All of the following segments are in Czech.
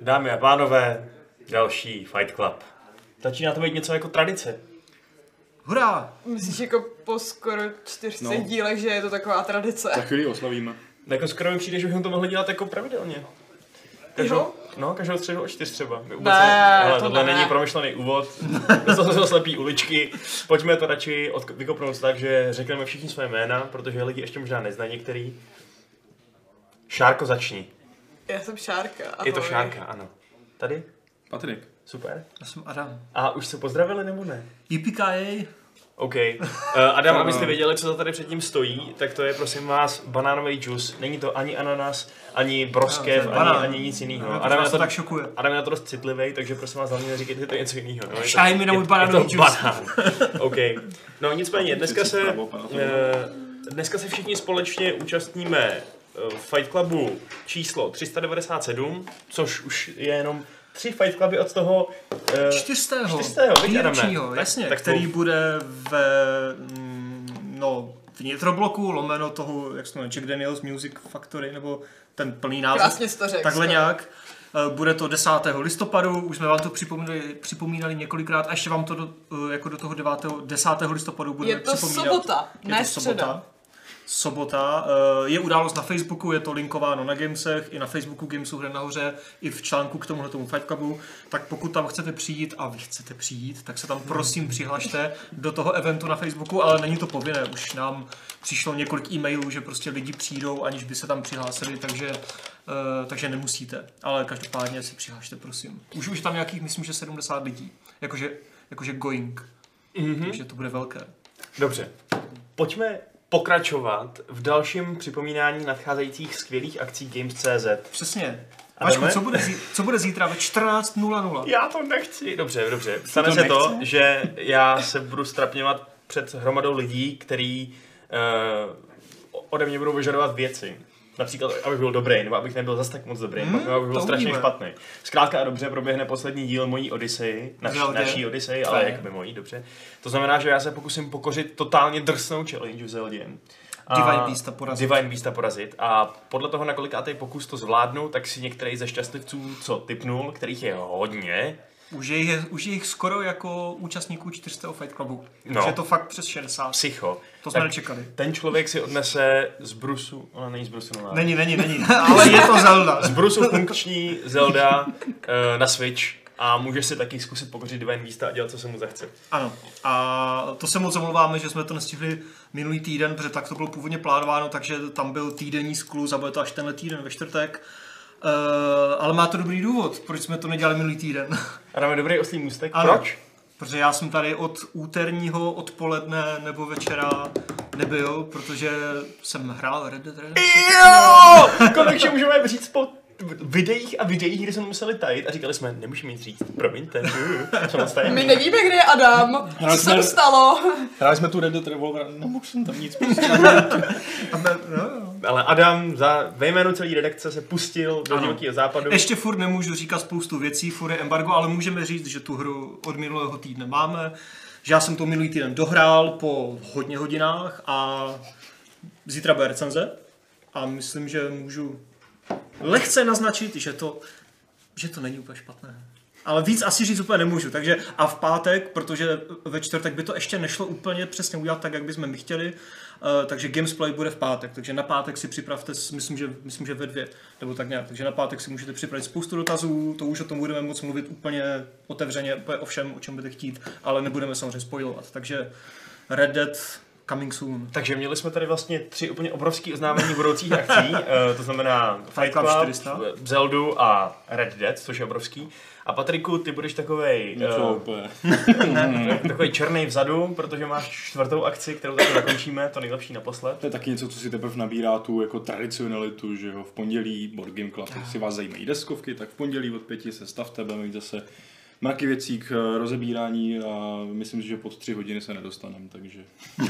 Dámy a pánové, další Fight Club. Začíná to být něco jako tradice. Hurá! Myslíš jako po skoro 400 no. dílech, že je to taková tradice? Za chvíli oslavíme. Jako skoro mi přijde, že bychom to mohli dělat jako pravidelně. Jo? no, každou středu o čtyř třeba. My Ne, hele, to tohle ne. není promyšlený úvod, to jsou to slepý uličky. Pojďme to radši od, vykopnout tak, že řekneme všichni své jména, protože lidi ještě možná neznají některý. Šárko začni. Já jsem Šárka. Ahoj. Je to Šárka, ano. Tady? Patrik. Super. Já jsem Adam. A už se pozdravili nebo ne? Yippee OK. Uh, Adam, abyste věděli, co to tady předtím stojí, tak to je prosím vás banánový džus. Není to ani ananas, ani broskev, No, to je ani, banán. ani nic jiného. No, to Adam, je vás na to tak šokuje. Adam je na to dost citlivý, takže prosím vás, hlavně neříkejte to je něco jiného. No, je to- Šaj mi na můj je- banánový je to džus. banán. OK. No nicméně, dneska se, eh, dneska se všichni společně účastníme eh, Fight Clubu číslo 397, což už je jenom tři Fight Cluby od toho eh, 400. Čtyřstého, viď, Adame? Výročního, Tak- jasně, tak tak, to- který bude v, no, v Nitrobloku, lomeno toho, jak se to jmenuje, Jack Daniels Music Factory, nebo ten plný název. Krásně jsi to řekl. Takhle skoro. nějak. Eh, Bude to 10. listopadu, už jsme vám to připomínali, připomínali několikrát a ještě vám to do, eh, jako do toho 9. 10. listopadu budeme Je to připomínat. sobota, Je ne to středa. sobota. Sobota. eh, Je událost na Facebooku, je to linkováno na Gamesech, i na Facebooku Gamesu hry nahoře, i v článku k tomuhle tomu Fight Clubu. Tak pokud tam chcete přijít a vy chcete přijít, tak se tam Hmm. prosím přihlašte do toho eventu na Facebooku, ale není to povinné. Už nám přišlo několik e-mailů, že prostě lidi přijdou, aniž by se tam přihlásili, takže eh, takže nemusíte, ale každopádně se přihlašte, prosím. Už už je tam nějakých, myslím, že 70 lidí. Jakože, jakože going. Mhm. Mm-hmm. Takže to bude velké. Dobře, pojďme pokračovat v dalším připomínání nadcházejících skvělých akcí Games.cz. Přesně. Adame? Vašku, co bude, zí, co bude zítra ve 14.00? Já to nechci. Dobře, dobře. Stane to se nechce? to, že já se budu strapňovat před hromadou lidí, který uh, ode mě budou vyžadovat věci. Například, abych byl dobrý, nebo abych nebyl zas tak moc dobrý, hmm, nebo abych byl to strašně uvidíme. špatný. Zkrátka a dobře proběhne poslední díl mojí Odyssey, naš, Pravda. naší Odyssey, ale Fajn. jak by mojí, dobře. To znamená, že já se pokusím pokořit totálně drsnou challenge v Zeldě. Divine Beasta porazit. Divine Beasta porazit. A podle toho, na kolikátej pokus to zvládnu, tak si některý ze šťastlivců, co typnul, kterých je hodně, Už je, jich- už je jich skoro jako účastníků 400 Fight Clubu. No. No. je to fakt přes 60. psycho. To jsme tak nečekali. Ten člověk si odnese z Brusu, ona není z Brusu nová. Není, není, není, ale je to Zelda. Z Brusu funkční Zelda eh, na Switch a může si taky zkusit pokořit Divine Beasta a dělat, co se mu zachce. Ano. A to se moc omlouváme, že jsme to nestihli minulý týden, protože tak to bylo původně plánováno, takže tam byl týdenní skluz a bude to až tenhle týden ve čtvrtek. Uh, ale má to dobrý důvod, proč jsme to nedělali minulý týden. A dáme dobrý oslý můstek. Ano. Proč? Protože já jsem tady od úterního odpoledne nebo večera nebyl, protože jsem hrál Red Dead Redemption. Jo! Konečně můžeme říct po videích a videích, kde jsme museli tajit a říkali jsme, nemůžeme nic říct, promiňte, uh, co nás My tajíme. nevíme, kde je Adam. Co se jsme- mu stalo? Hráli jsme tu Red Dead Revolver, nemohl jsem tam nic. Prostě. A me- no, jo. Ale Adam za, ve jménu celé redakce se pustil do Ano. divokého západu. Ještě furt nemůžu říkat spoustu věcí, furt je embargo, ale můžeme říct, že tu hru od minulého týdne máme. Že já jsem to minulý týden dohrál po hodně hodinách a zítra bude recenze. A myslím, že můžu lehce naznačit, že to, že to není úplně špatné. Ale víc asi říct úplně nemůžu. Takže a v pátek, protože ve čtvrtek by to ještě nešlo úplně přesně udělat tak, jak bychom my chtěli, eh, takže Gamesplay bude v pátek. Takže na pátek si připravte, s- myslím, že, myslím, že ve dvě, nebo tak nějak. Takže na pátek si můžete připravit spoustu dotazů, to už o tom budeme moc mluvit úplně otevřeně, úplně o všem, o čem budete chtít, ale nebudeme samozřejmě spojovat. Takže Red Dead coming soon. Takže měli jsme tady vlastně tři úplně obrovské oznámení budoucích akcí, eh, to znamená Fight Fight Club, Club 400. 400. Zeldu a Red Dead, což je obrovský. A Patriku, ty budeš takovej, Něco úplně. eh, takovej černý vzadu, protože máš čtvrtou akci, kterou taky zakončíme, to nejlepší naposled. To je taky něco, co si teprve nabírá tu jako tradicionalitu, že jo, v pondělí Board Game Club, si vás zajímají deskovky, tak v pondělí od pěti se stavte, budeme mít zase mraky věcí k eh, rozebírání a myslím si, že pod tři hodiny se nedostaneme, takže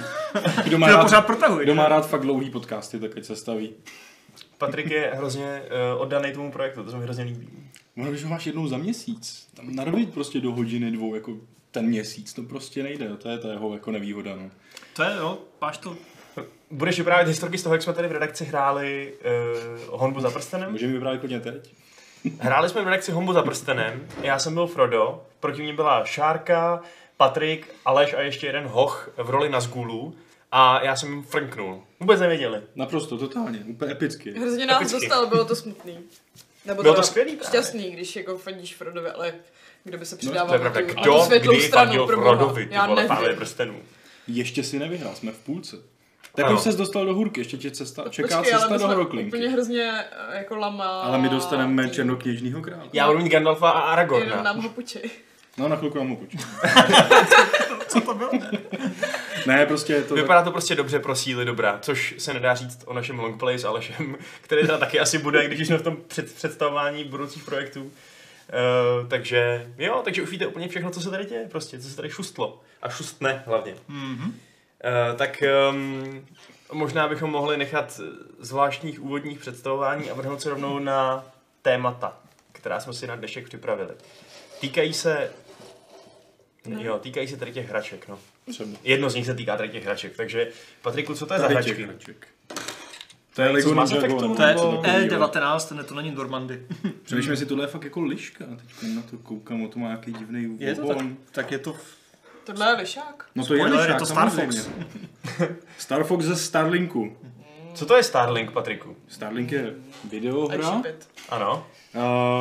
kdo má, Ty to pořád rád, protahuješ. kdo má rád fakt dlouhý podcasty, tak ať se staví. Patrik je hrozně eh, oddaný tomu projektu, to se mi hrozně líbí. Ono, když ho máš jednou za měsíc, tam narvit prostě do hodiny dvou, jako ten měsíc, to prostě nejde, to je ta jeho jako nevýhoda, no. To je, jo, máš to Budeš vyprávět historky z toho, jak jsme tady v redakci hráli eh, honbu za prstenem? Můžeme vybrat klidně teď? Hráli jsme v redakci Hombu za prstenem, já jsem byl Frodo, proti mě byla Šárka, Patrik, Aleš a ještě jeden hoch v roli na zgulu a já jsem jim frnknul. Vůbec nevěděli. Naprosto, totálně, úplně epicky. Hrozně nás Epický. dostal, bylo to smutný. Nebo Bylo teda to skvělý právě. No, Šťastný, když jako fandíš Frodovi, ale kdo by To se je přidával pravda, na, tu, na tu kdo, světlou kdy stranu fandil pro Boha. Frodovi, ty Já vole, pánové nevím. prstenů. Ještě si nevyhrál, jsme v půlce. Tak Ano. už ses dostal do hůrky, ještě tě cesta, čeká Počkej, ale cesta my do jsme Horoklinky. úplně hrozně eh, jako lama. Ale my dostaneme černokněžního krále. Já budu mít Gandalfa a Jenom Aragorna. nám ho pučej. No na chvilku nám ho půjčím. Co to bylo? Ne, prostě je to... Vypadá to prostě dobře pro síly dobra, což se nedá říct o našem longplay s Alešem, který teda taky asi bude, když jsme v tom před, představování budoucích projektů. Uh, takže jo, takže už víte úplně všechno, co se tady děje, prostě, co se tady šustlo. A šustne hlavně. Mm-hmm. Uh, tak um, možná bychom mohli nechat zvláštních úvodních představování a vrhnout se rovnou na témata, která jsme si na dnešek připravili. Týkají se... Jo, týkají se tady těch hraček, no. Třeba. Jedno z nich se týká tady těch hraček, takže Patriku, co to je za Tady těch hračky? hraček. To je Lego z Mass Ninja Effectu, Go, nebo- To je E něco takovýho. E19, ne, to není Normandy. Přemýšlím si, tohle je fakt jako liška. Teď na to koukám, o to má nějaký divný Je to tak, tak je to... Tohle je lišák? No to je Spoiler, lišák, je to Star samozřejmě. Fox. Star Fox ze Starlinku. Co to je Starlink, Patriku? Starlink je I videohra. ship it. Ano.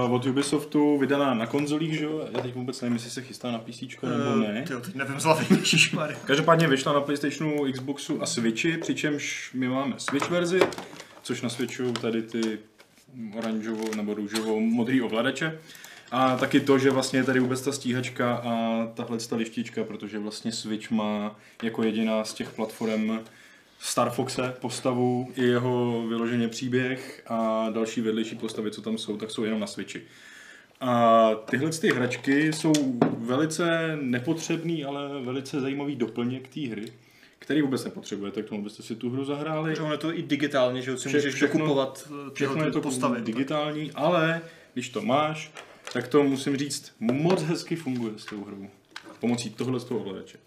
Uh, od Ubisoftu vydaná na konzolích, že jo? Já teď vůbec nevím, jestli se chystá na PC nebo Uh, ne. tyjo, teď nevím z hlavy, ježišmarja. Každopádně vyšla na Playstationu, Xboxu a Switchi, přičemž my máme Switch verzi, což na Switchu tady ty oranžovou nebo růžovou modrý ovladače. A taky to, že vlastně je tady vůbec ta stíhačka a tahle ta lištička, protože vlastně Switch má jako jediná z těch platform Star Foxe postavu i jeho vyloženě příběh a další vedlejší postavy, co tam jsou, tak jsou jenom na Switchi. A tyhle ty hračky jsou velice nepotřebný, ale velice zajímavý doplněk té hry, který vůbec nepotřebujete, k tomu byste si tu hru zahráli. Protože ono je to i digitálně, že jo, si Vše- můžeš všechno- dokupovat eh, Všechno tyhle je to ty postavy, postavy. digitální, ale když to máš, tak to musím říct, moc hezky funguje s tou hrou. Pomocí tohle z toho ovladače.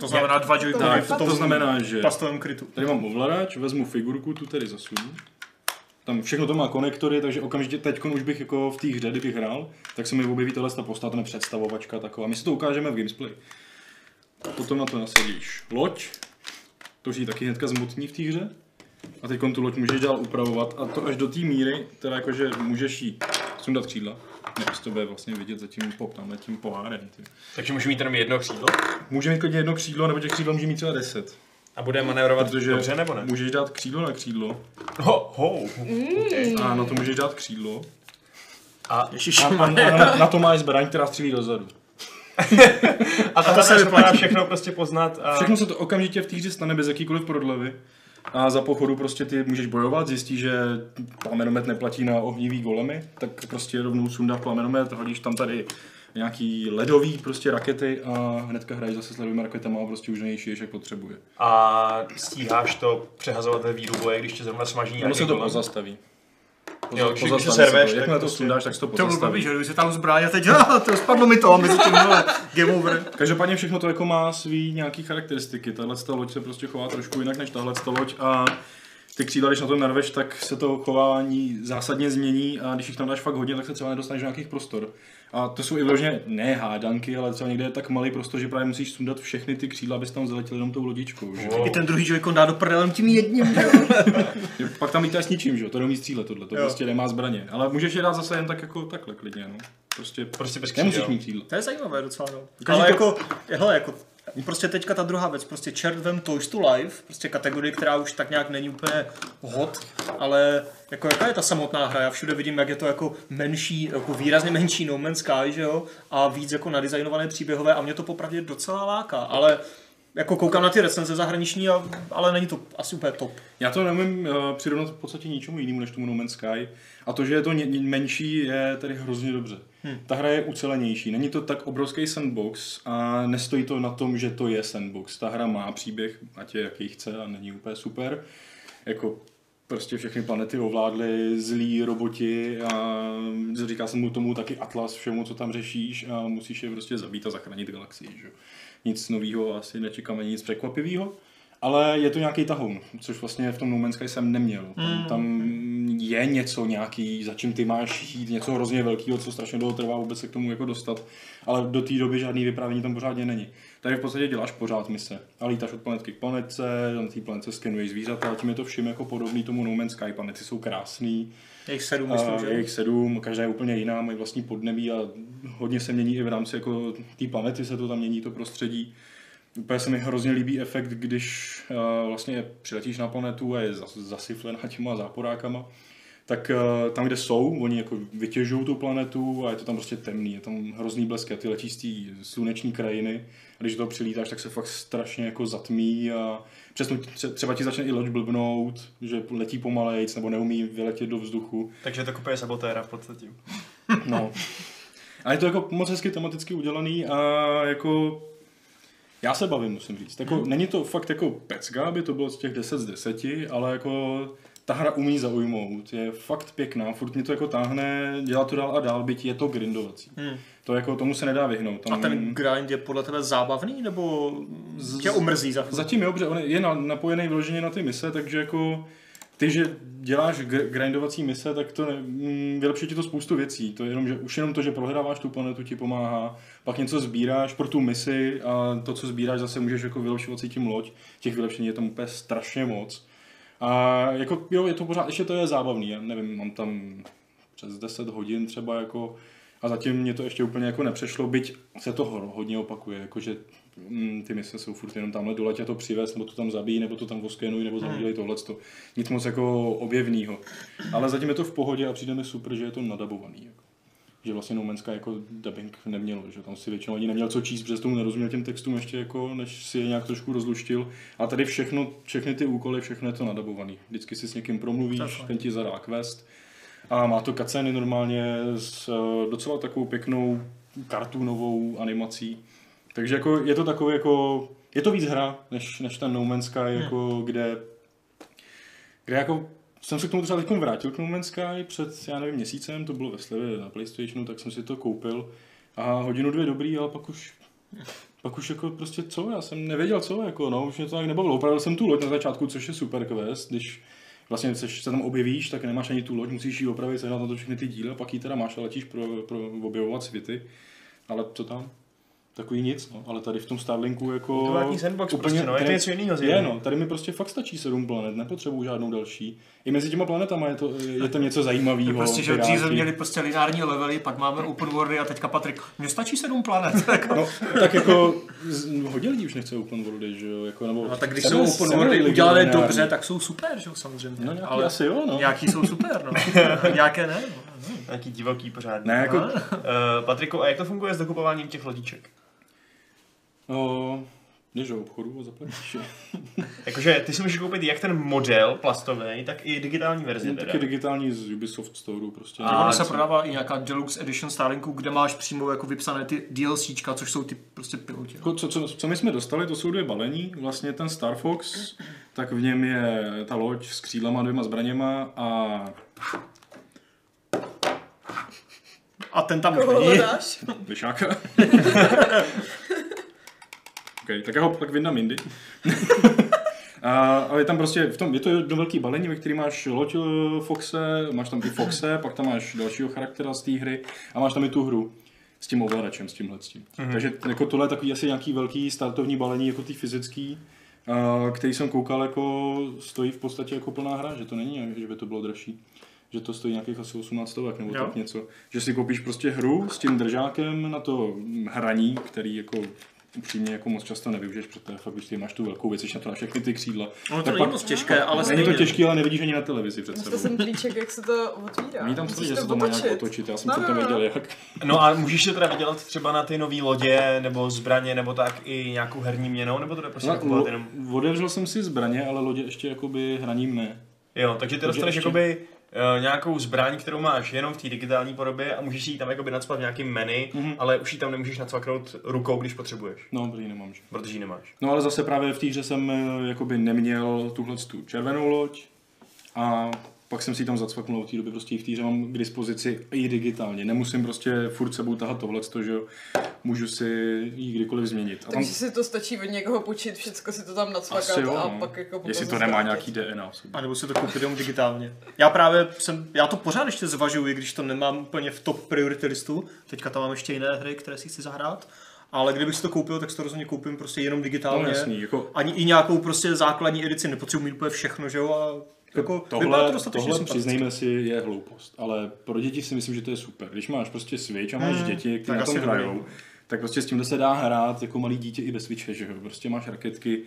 To znamená dva joycony Tak, v tom to znamená, že pastovém krytu. tady mám ovladač, vezmu figurku, tu tady zasunu. Tam všechno to má konektory, takže okamžitě teď už bych jako v té hře, kdybych hrál, tak se mi objeví tahle ta postava, ta představovačka taková. My si to ukážeme v gameplay. Potom na to nasadíš loď, to už ji taky hnedka zmotní v té hře. A teď tu loď můžeš dál upravovat a to až do té míry, teda jakože můžeš jí sundat křídla. Nebo to bude vlastně vidět zatím pop tamhle tím pohárem. Tím. Takže můžu mít jenom jedno křídlo? Může mít klidně jedno křídlo, nebo těch křídel může mít třeba deset. A bude manévrovat Protože dobře nebo ne? můžeš dát křídlo na křídlo, Ho, ho. A na to můžeš dát křídlo. A, a, a Ježišmarja. na, na to máš zbraň, která střílí dozadu. A to se vypadá všechno prostě poznat a... Všechno se to okamžitě v té hře stane bez jakýkoliv prodlevy. A za pochodu prostě ty můžeš bojovat, zjistíš, že plamenomet neplatí na ohnivý golemy, tak prostě rovnou sundáš plamenomet, hodíš tam tady nějaký ledový prostě rakety a hnedka hraješ zase s ledovými raketama a prostě už nejšiješ, jak potřebuje. A stíháš to přehazovat ve výruboje, když tě zrovna smaží nějaký Ono se to golem? pozastaví. Jo, když- když pozastaví se serveš, se to. tak Jakmile to prostě- sundáš, tak se to To bylo blbý, pozastaví. že jo, když se tam zbráně a teď, ah, to spadlo mi to, a mezi tím, hele, game over. Každopádně všechno to jako má svý nějaký charakteristiky. Tahle ta loď se prostě chová trošku jinak než tahle ta loď a ty křídla, když na to narveš, tak se to chování zásadně změní a když jich tam dáš fakt hodně, tak se třeba nedostaneš do nějakých prostor. A to jsou i vložně ne hádanky, ale třeba někde je tak malý prostor, že právě musíš sundat všechny ty křídla, abys tam zaletěl jenom tou lodičkou. Že? Wow. I ten druhý joycon dá do prdele no, tím jedním. že jo. Jo, Pak tam lítáš s ničím, že jo? To neumí střílet tohle, to Jo. prostě nemá zbraně. Ale můžeš je dát zase jen tak jako takhle klidně, no. Prostě Prostě bez křídel. nemusíš mít křídla. To je zajímavé docela, no. Každý Ale to- jako, hele, jako, prostě teďka ta druhá věc, prostě čert vem Toys to Life, prostě kategorie, která už tak nějak není úplně hot, ale jako jaká je ta samotná hra, já všude vidím, jak je to jako menší, jako výrazně menší No Man's Sky, že jo, a víc jako nadizajnované příběhové a mě to popravdě docela láká, ale jako koukám na ty recenze zahraniční, a, ale není to asi úplně top. Já to neumím uh, přirovnat v podstatě ničemu jinému než tomu No Man's Sky. A to, že je to ně- ně- menší, je tady hrozně dobře. Hmm. Ta hra je ucelenější. Není to tak obrovský sandbox a nestojí to na tom, že to je sandbox. Ta hra má příběh, ať je jaký chce a není úplně super. Jako prostě všechny planety ovládly zlí roboti a říká se mu tomu taky Atlas všemu, co tam řešíš a musíš je prostě zabít a zachránit galaxii. Že? jo. Nic nového asi nečekáme, nic překvapivého. Ale je to nějaký tahoun, což vlastně v tom No Man's Sky jsem neměl. Tam, tam je něco nějaký, za čím ty máš jít, něco hrozně velkého, co strašně dlouho trvá vůbec se k tomu jako dostat. Ale do té doby žádný vyprávění tam pořádně není. Tady v podstatě děláš pořád mise. A lítáš od planetky k planetce, na té planetce skenuješ zvířata, a tím je to vším jako podobný tomu No Man's Sky. Planety jsou krásný, Je jich sedm, myslím, a je že? jich sedm, každá je úplně jiná, mají vlastní podnebí a hodně se mění i v rámci jako té planety se to tam mění, to prostředí. Úplně se mi hrozně líbí efekt, když eh, vlastně přiletíš na planetu a je zas- zasyflená těma záporákama, tak eh, tam, kde jsou, oni jako vytěžují tu planetu a je to tam prostě temný, je tam hrozný blesk a ty letíš z té sluneční krajiny a když do toho přilítáš, tak se fakt strašně jako zatmí a přesně tře- třeba ti začne i loď blbnout, že letí pomalejc nebo neumí vyletět do vzduchu. Takže to kupuje sabotéra v podstatě. No. A je to jako moc hezky tematicky udělaný a jako já se bavím, musím říct. Jako, Mhm. Není to fakt jako pecka, aby to bylo z těch 10 z 10, ale jako ta hra umí zaujmout, je fakt pěkná, furt mě to jako táhne, dělá to dál a dál, byť je to grindovací. Hmm. To jako tomu se nedá vyhnout. Tam A ten grind je podle tebe zábavný, nebo Z- tě omrzí za chvíli? Zatím jo, protože on je na- napojený vyloženě na ty mise, takže jako ty, že děláš gr- grindovací mise, tak to ne, mm, vylepší ti to spoustu věcí. To je jenom, že už jenom to, že prohráváš tu planetu, ti pomáhá. Pak něco sbíráš pro tu misi a to, co sbíráš, zase můžeš jako vylepšovat si tím loď. Těch vylepšení je tam úplně strašně moc. A jako jo, je to pořád, ještě to je zábavný, já nevím, mám tam přes 10 hodin třeba jako a zatím mě to ještě úplně jako nepřešlo, byť se to hor- hodně opakuje, jakože mm, ty mise jsou furt jenom tamhle doletě to přivez, nebo to tam zabíjí, nebo to tam oskenuj, nebo tam udělej tohleto. Nic moc jako objevného. Ale zatím je to v pohodě a přijde mi super, že je to nadabovaný. Jako. Že vlastně No Man's Sky jako dubbing nemělo, že tam si většinou ani neměl co číst, protože tomu nerozuměl těm textům ještě jako, než si je nějak trošku rozluštil. A tady všechno, všechny ty úkoly, všechno je to nadabovaný. Vždycky si s někým promluvíš, Takhle. ten ti zadá quest, a má to kaceny normálně s eh, docela takovou pěknou kartunovou animací. Takže jako je to takový jako, je to víc hra, než, než ta No Man's Sky, jako kde, kde jako jsem se k tomu třeba teď vrátil k No Man's Sky před, já nevím, měsícem, to bylo ve slevě na Playstationu, tak jsem si to koupil a hodinu dvě dobrý, ale pak už pak už jako prostě co, já jsem nevěděl co, jako no, už mě to tak nebavilo. Opravil jsem tu loď na začátku, což je super quest, když vlastně se, se tam objevíš, tak nemáš ani tu loď, musíš ji opravit, sehnat na to všechny ty díly, a pak ji teda máš a letíš pro, pro objevovat světy. Ale co tam? Takový nic, no. Ale tady v tom Starlinku jako... Ultimátní sandbox prostě, no, je to tady- něco jiného Je, no, tady mi prostě fakt stačí sedm planet, nepotřebuju žádnou další. I mezi těma planetama je, to, je tam něco zajímavého. Prostě, že piráti. dříve měli prostě lineární levely, pak máme open worldy a teďka Patrik, mně stačí sedm planet. No, prostě- tak jako z, hodně lidí už nechce open worldy, že jo? Jako, nebo, No tak když Tady jsou jsem open worldy lidi udělané lineární. dobře, tak jsou super, že jo, samozřejmě. No nějaký ale asi jo, no. nějaký jsou super, no. A nějaké ne. no. Nějaký divoký pořád. Ne, jako, Eh, Patriku, a jak to funguje s dokupováním těch lodiček? no, jdeš do obchodu a zaplatíš. jo. Jakože ty si můžeš koupit jak ten model plastový, tak i digitální verzi. No, teda. taky digitální z Ubisoft Store prostě. A ono A se co? prodává i nějaká Deluxe Edition Starlinku, kde máš přímo jako vypsané ty DLCčka, což jsou ty prostě piloti. Jako, co, co, co my jsme dostali, to jsou dvě balení. Vlastně ten Star Fox, tak v něm je ta loď s křídlama, dvěma zbraněma a A ten tam Koho není. hledáš? Vyšáka. okay, tak já ho pak vyndám jindy. A, ale je tam prostě, v tom, je to jedno velký balení, ve kterém máš loď eh, Foxe, máš tam i Foxe, pak tam máš dalšího charaktera z té hry a máš tam i tu hru s tím ovladačem, s tímhle s tím. Mm-hmm. Takže jako tohle je takový asi nějaký velký startovní balení, jako ty fyzický, eh, který jsem koukal, jako stojí v podstatě jako plná hra, že to není, že by to bylo dražší že to stojí nějakých asi 18 stovek nebo Jo. tak něco. Že si koupíš prostě hru s tím držákem na to mm, hraní, který jako upřímně jako moc často nevyužiješ, protože fakt, když ty máš tu velkou věc, jsi na to na všechny ty křídla. Ono to Tak není pak- moc těžké, ale Není to stejně. no. těžký, ale nevidíš ani na televizi před Dostal sebou. jsem klíček, jak se to otvírá. Mí tam Musíš stojí, že se to má nějak otočit, já jsem No, to no, no. nevěděl jak. No a můžeš se teda vydělat třeba na ty nové lodě, nebo zbraně, nebo tak i nějakou herní měnou, nebo to jde prostě Ale kupovat jenom... lo- Otevřel jsem si zbraně, ale lodě ještě jakoby hraním ne. Jo, takže ty Takže dostaneš ještě- jakoby eh, nějakou zbraň, kterou máš jenom v té digitální podobě a můžeš si ji tam jakoby nacpat v nějakém menu, Mhm. ale už ji tam nemůžeš nacvaknout rukou, když potřebuješ, No, prý nemám, že. protože ji nemáš. No ale zase právě v té hře jsem eh, jakoby neměl tuhle tu červenou loď a Pak jsem si ji tam zacvaknul, od té doby prostě ji v týře mám k dispozici i digitálně. Nemusím prostě furt sebou tahat tohle, že jo. můžu si ji kdykoliv změnit. A tam- Takže si to stačí od někoho počít, všechno si to tam nacvakat asi jo, a no. pak jako potom Jestli to zase nemá vrátit. nějaký DNA v sobě. A nebo si to koupit jenom digitálně. Já právě jsem, já to pořád ještě zvažuji, když to nemám úplně v top priority listu. Teďka tam mám ještě jiné hry, které si chci zahrát. Ale kdybych si to koupil, tak si to rozhodně koupím prostě jenom digitálně. No jasný, jako- Ani i nějakou prostě základní edici, nepotřebuji mít úplně všechno, že jo? A jako vypadá Tohle, to dostatečně prostě. tohle sympaticky. přiznejme si, je hloupost, ale pro děti si myslím, že to je super. Když máš prostě Switch a máš děti, Hmm, tak které na tom asi dobrý. hrajou, tak prostě s tím se dá hrát jako malý dítě i bez Switche, že jo? Prostě máš raketky,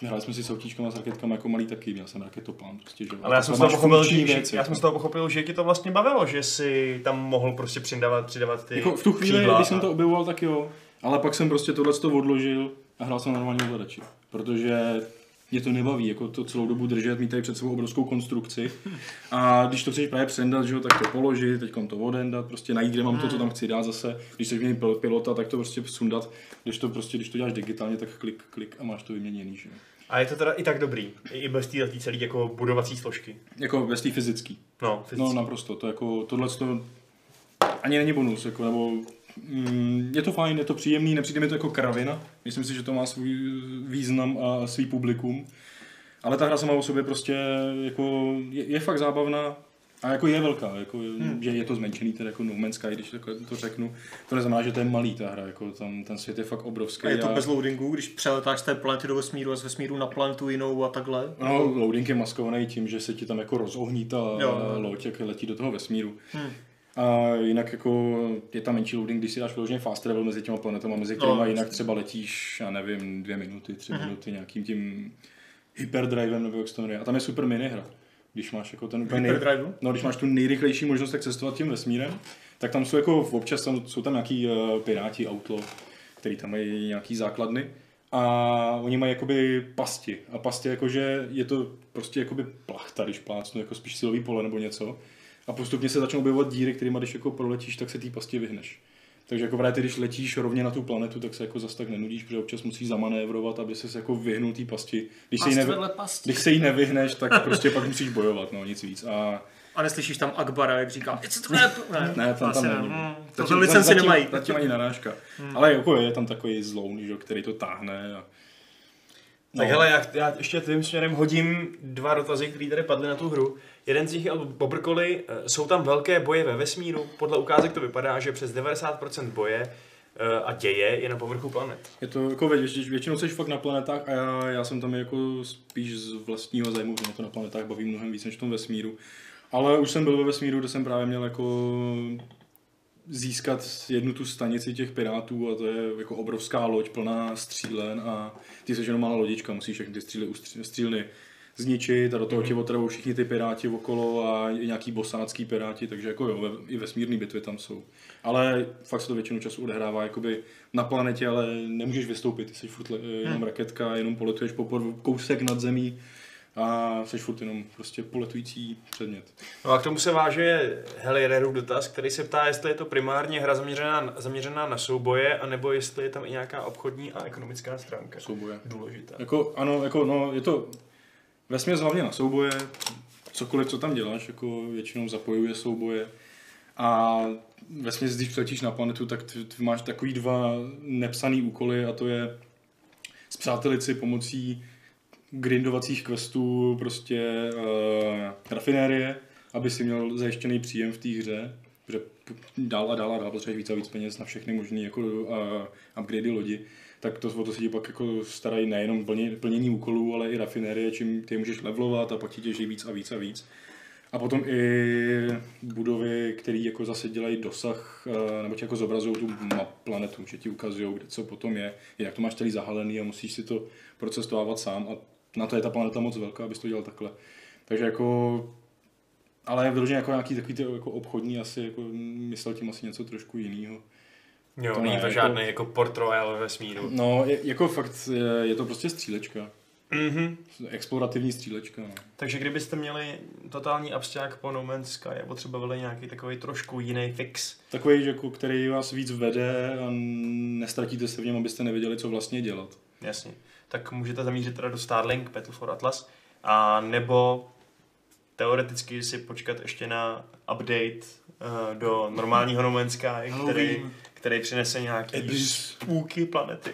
Hráli jsme si s autíčkama, s raketkama jako malý taky, měl jsem raketopán prostě, že jo? Ale já Tak jsem, to z toho máš pochopil, funkční že, věci. no. já jsem z toho pochopil, že tě to vlastně bavilo, že si tam mohl prostě přidávat, přidávat ty Jako v tu chvíli, křídla když a- jsem to objevoval, tak jo, ale pak jsem prostě tohle to odložil a hrál jsem normálně ovladači, protože mě to nebaví, jako to celou dobu držet, mít tady před sebou obrovskou konstrukci. A když to chceš právě přendat, že jo, tak to položit, teď to odendat, prostě najít, kde mám to, co tam chci dát zase. Když chceš měnit pil- pilota, tak to prostě sundat. Když to prostě, když to děláš digitálně, tak klik, klik a máš to vyměněný, že jo. A je to teda i tak dobrý, i i bez téhle celý jako budovací složky. Jako bez té fyzický. No, No fyzicky. No, naprosto, to jako tohle to ani není bonus, jako, nebo mm, je to fajn, je to příjemný, nepřijde mi to jako kravina, myslím si, že to má svůj význam a svý publikum, ale ta hra sama o sobě prostě jako je, je fakt zábavná a jako je velká, jako, hmm. že je to zmenšený, teda jako No Man's Sky, když takhle to řeknu, to neznamená, že to je malý ta hra, jako tam ten svět je fakt obrovský. A je to a- bez loadingu, když přeletáš z té planety do vesmíru a z vesmíru na planetu jinou a takhle. No, loading je maskovaný tím, že se ti tam jako rozohní ta jo. loď, jak letí do toho vesmíru. no. Hmm. A jinak jako je tam menší loading, když si dáš vyloženě fast travel mezi těma planetama, mezi kterými no, jinak třeba letíš, já nevím, dvě minuty, tři hmm. minuty nějakým tím hyperdrivem nebo jak se to jmenuje. A tam je super minihra. Když máš jako ten úplně hyperdriveu? no, když máš tu nejrychlejší možnost, tak cestovat tím vesmírem, tak tam jsou jako občas tam, jsou tam nějaký uh, piráti, outlaw, který tam mají nějaký základny a oni mají jakoby pasti a pasti jakože je to prostě jakoby plachta, když plácnu, jako spíš silový pole nebo něco a postupně se začnou objevovat díry, kterýma když jako proletíš, tak se té pasti vyhneš. Takže jako právě ty, když letíš rovně na tu planetu, tak se jako zas tak nenudíš, protože občas musíš zamanévrovat, aby se jako vyhnul té pasti. Když se, jí nevy... když se jí nevyhneš, tak prostě pak musíš bojovat, no nic víc. A A neslyšíš tam Akbara, jak říká, it's a trap! Ne, ne, tam, tam asi není. Hmm, to Hmm. Zatím- byl licenci zatím- nemají. Zatím ani narážka. Ale jako je tam takový zloun, že, jo, který to táhne. A... no. Tak hele, já, já ještě tím směrem hodím dva dotazy, které tady padly na tu hru. Jeden z nich je od Bobrkoli, eh, jsou tam velké boje ve vesmíru, podle ukázek to vypadá, že přes 90% boje eh, a děje je na povrchu planet. Je to jako vě- vě- většinou jsi fakt na planetách a já, já jsem tam jako spíš z vlastního zájmu, že mě to na planetách baví mnohem víc než v tom vesmíru. Ale už jsem byl ve vesmíru, kde jsem právě měl jako získat jednu tu stanici těch pirátů a to je jako obrovská loď plná střílen a ty jsi jenom malá lodička, musíš všechny ty stříly, ustří- střílny zničit a do toho ti otravou všichni ty piráti okolo a i nějaký bosácký piráti, takže jako jo, ve, i vesmírné bitvy tam jsou. Ale fakt se to většinu času odehrává jakoby na planetě, ale nemůžeš vystoupit, ty jsi furt le, jenom raketka, jenom poletuješ po pod, kousek nad zemí a jsi furt jenom prostě poletující předmět. No a k tomu se váže Heliererův dotaz, který se ptá, jestli je to primárně hra zaměřená, zaměřená na souboje, anebo jestli je tam i nějaká obchodní a ekonomická stránka. Souboje. Důležitá. Jako, ano, jako, no, je to vesměs hlavně na souboje, cokoliv, co tam děláš, jako většinou zapojuje souboje. A vesměs, když přiletíš na planetu, tak ty, ty máš takový dva nepsaný úkoly a to je zpřátelit si pomocí grindovacích questů prostě uh, rafinérie, aby si měl zajištěný příjem v té hře, protože p- dál a dál a dál potřebuješ víc a víc peněz na všechny možné jako uh, upgradey lodi, tak to, o to se ti pak jako starají nejenom plně, plnění úkolů, ale i rafinérie, čím ty je můžeš levelovat a pak ti těží víc a víc a víc. A potom i budovy, které jako zase dělají dosah, eh, nebo ti jako zobrazují tu map planetu, že ti ukazují, kde co potom je, jak to máš celý zahalený a musíš si to procestovávat sám a na to je ta planeta moc velká, abys to dělal takhle. Takže jako, ale vyloženě jako nějaký takový ty jako obchodní asi, jako myslel tím asi něco trošku jiného. Jo, To to není ne, to jako- žádný jako Port Royal ve vesmíru. No, je, jako fakt, je, je to prostě střílečka. Mhm. Mm-hmm. Explorativní střílečka, no. Takže kdybyste měli totální absťák po No Man's Sky a potřebovali nějaký takový trošku jiný fix. Takový, že jako, který vás víc vede a nestratíte se v něm, abyste nevěděli, co vlastně dělat. Jasně. Tak můžete zamířit teda do Starlink, Battle for Atlas, a nebo teoreticky si počkat ještě na update eh, do normálního No Man's Sky, který, Halloween. který přinese nějaký spůky planety.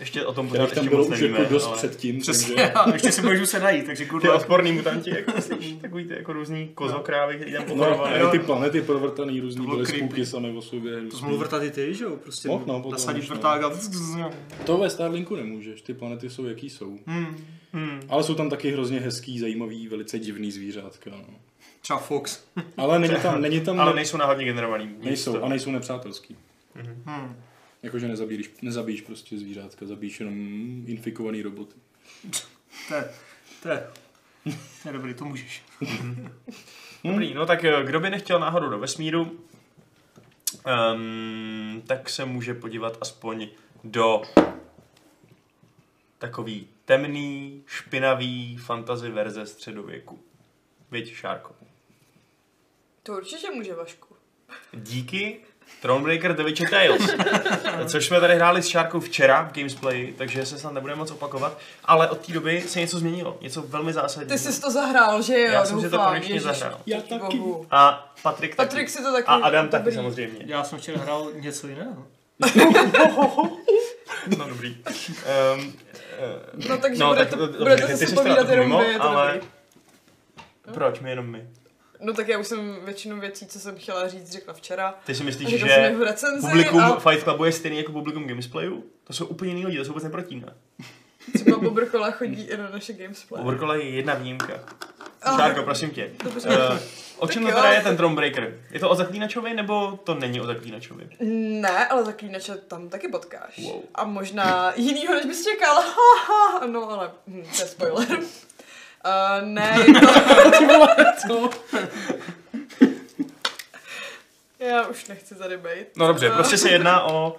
Ještě o tom Která pořád tam ještě bylo moc už nevíme. jako dost ale- předtím, Přesně, takže... a ještě si můžu se najít, takže Ty kurva. odporný mutanti, jak myslíš, takový ty jako různý kozokrávy, který tam No, pochorovali. a i ty planety provrtaný různý To bylo byly creepy. spooky samy o sobě. To jsme vrtat i ty, že jo? Prostě Mohl, no, potom nasadíš už, no. vrták a... To ve Starlinku nemůžeš, ty planety jsou jaký jsou. Hmm. Ale jsou tam taky hrozně hezký, zajímavý, velice divný zvířátka. No. Třeba Fox. Ale není tam, není tam, Ale nejsou náhodně generovaný. Nic nejsou, to. a nejsou nepřátelský. Hmm. Jakože nezabíjíš, nezabíjíš prostě zvířátka, zabíjíš jenom infikovaný roboty. To je, to je, to je dobrý, to můžeš. Dobrý, no tak eh, kdo by nechtěl náhodou do vesmíru, um, tak se může podívat aspoň do takový temný, špinavý fantasy verze středověku. Viď, Šárko. To určitě může, Vašku. Díky Thronebreaker The Witcher Tales, což jsme tady hráli s Šárkou včera v Gamesplay, takže se snad nebudeme moc opakovat, ale od té doby se něco změnilo, něco velmi zásadního. Ty jsi to zahrál, že jo? Mhm. Já jsem si to Doufám, konečně Ježiši, zahrál. Já díky taky. bohu. A Patrik taky. Patrik si to taky... A Adam taky dobrý. samozřejmě. Já jsem včera hrál něco jiného. No dobrý. Um, uh, No takže no, budete, tak, dobře, budete ty se jsi povídat teda jenom mimo, vy, je to ale- dobrý. proč my jenom my? No tak já už jsem většinu věcí, co jsem chtěla říct, řekla včera. Ty si A myslíš, Řekla jsem je že v recenzi publikum a Fight Clubu je stejný jako publikum Gamesplayu? To jsou úplně jiný lidi, to jsou vůbec neprotíná. třeba Bobrkola chodí i na naše gamesplay. Overkola je jedna výjimka. Ah. Šárko, prosím tě. Dobře. Uh, o čem to Tak teda jo. je ten Thronebreaker? Je to o zaklínačovi, nebo to není o zaklínačovi? Ne, ale zaklínače tam taky potkáš. Wow. A možná jinýho, než bys čekal. no ale hm, to je spoiler. Uh, ne, je to... Já už nechci tady být. No dobře, Eh, prostě se jedná o uh,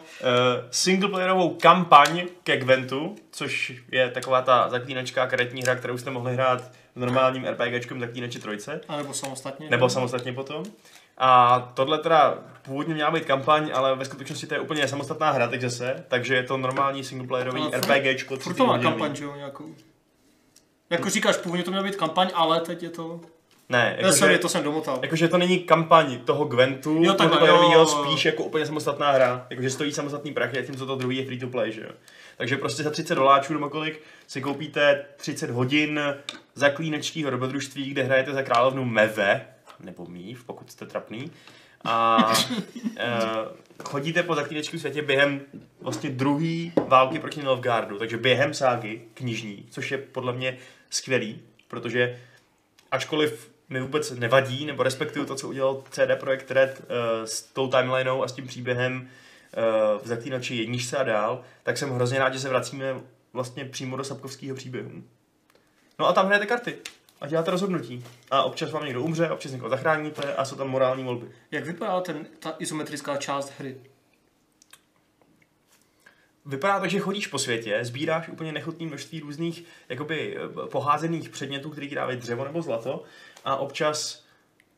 singleplayerovou kampaň ke Gwentu, což je taková ta zaklínačka karetní hra, kterou jste mohli hrát v normálním RPGčkem Zaklínači trojce. A nebo samostatně. Nebo samostatně potom. A tohle teda původně měla být kampaň, ale ve skutečnosti to je úplně samostatná hra teď zase, takže je to normální singleplayerový Ale furt- RPGčko. Furt to má kampaň, že jo, nějakou. Jako říkáš, původně to měla být kampaň, ale teď je to... Ne, Ne, sorry, jakože, to jsem domotal. jakože to není kampaň toho Gwentu, No. Jo, takhle, multiplayerovýho, jo. spíš jako úplně samostatná hra, jakože stojí samostatný prachy, zatímco to druhý je free to play, že jo. Takže prostě za 30 doláčů nebo kolik si koupíte 30 hodin zaklínečního dobrodružství, kde hrajete za královnu Meve, nebo Mív, pokud jste trapný. A eh, chodíte po zaklínečku světě během vlastně druhý války proti Nilfgaardu, takže během ságy knižní, což je podle mě skvělý, protože ačkoliv mi vůbec nevadí, nebo respektuju to, co udělal CD Projekt Red eh, s tou timelineou a s tím příběhem eh, v Zaklínači jedničce a dál, tak jsem hrozně rád, že se vracíme vlastně přímo do Sapkovského příběhu. No a tam hrajete karty a děláte rozhodnutí. A občas vám někdo umře, občas někoho zachráníte a jsou tam morální volby. Jak vypadá ten, ta izometrická část hry? Vypadá to, že chodíš po světě, sbíráš úplně nechutné množství různých jakoby, eh, poházených předmětů, který ti dávají dřevo nebo zlato a občas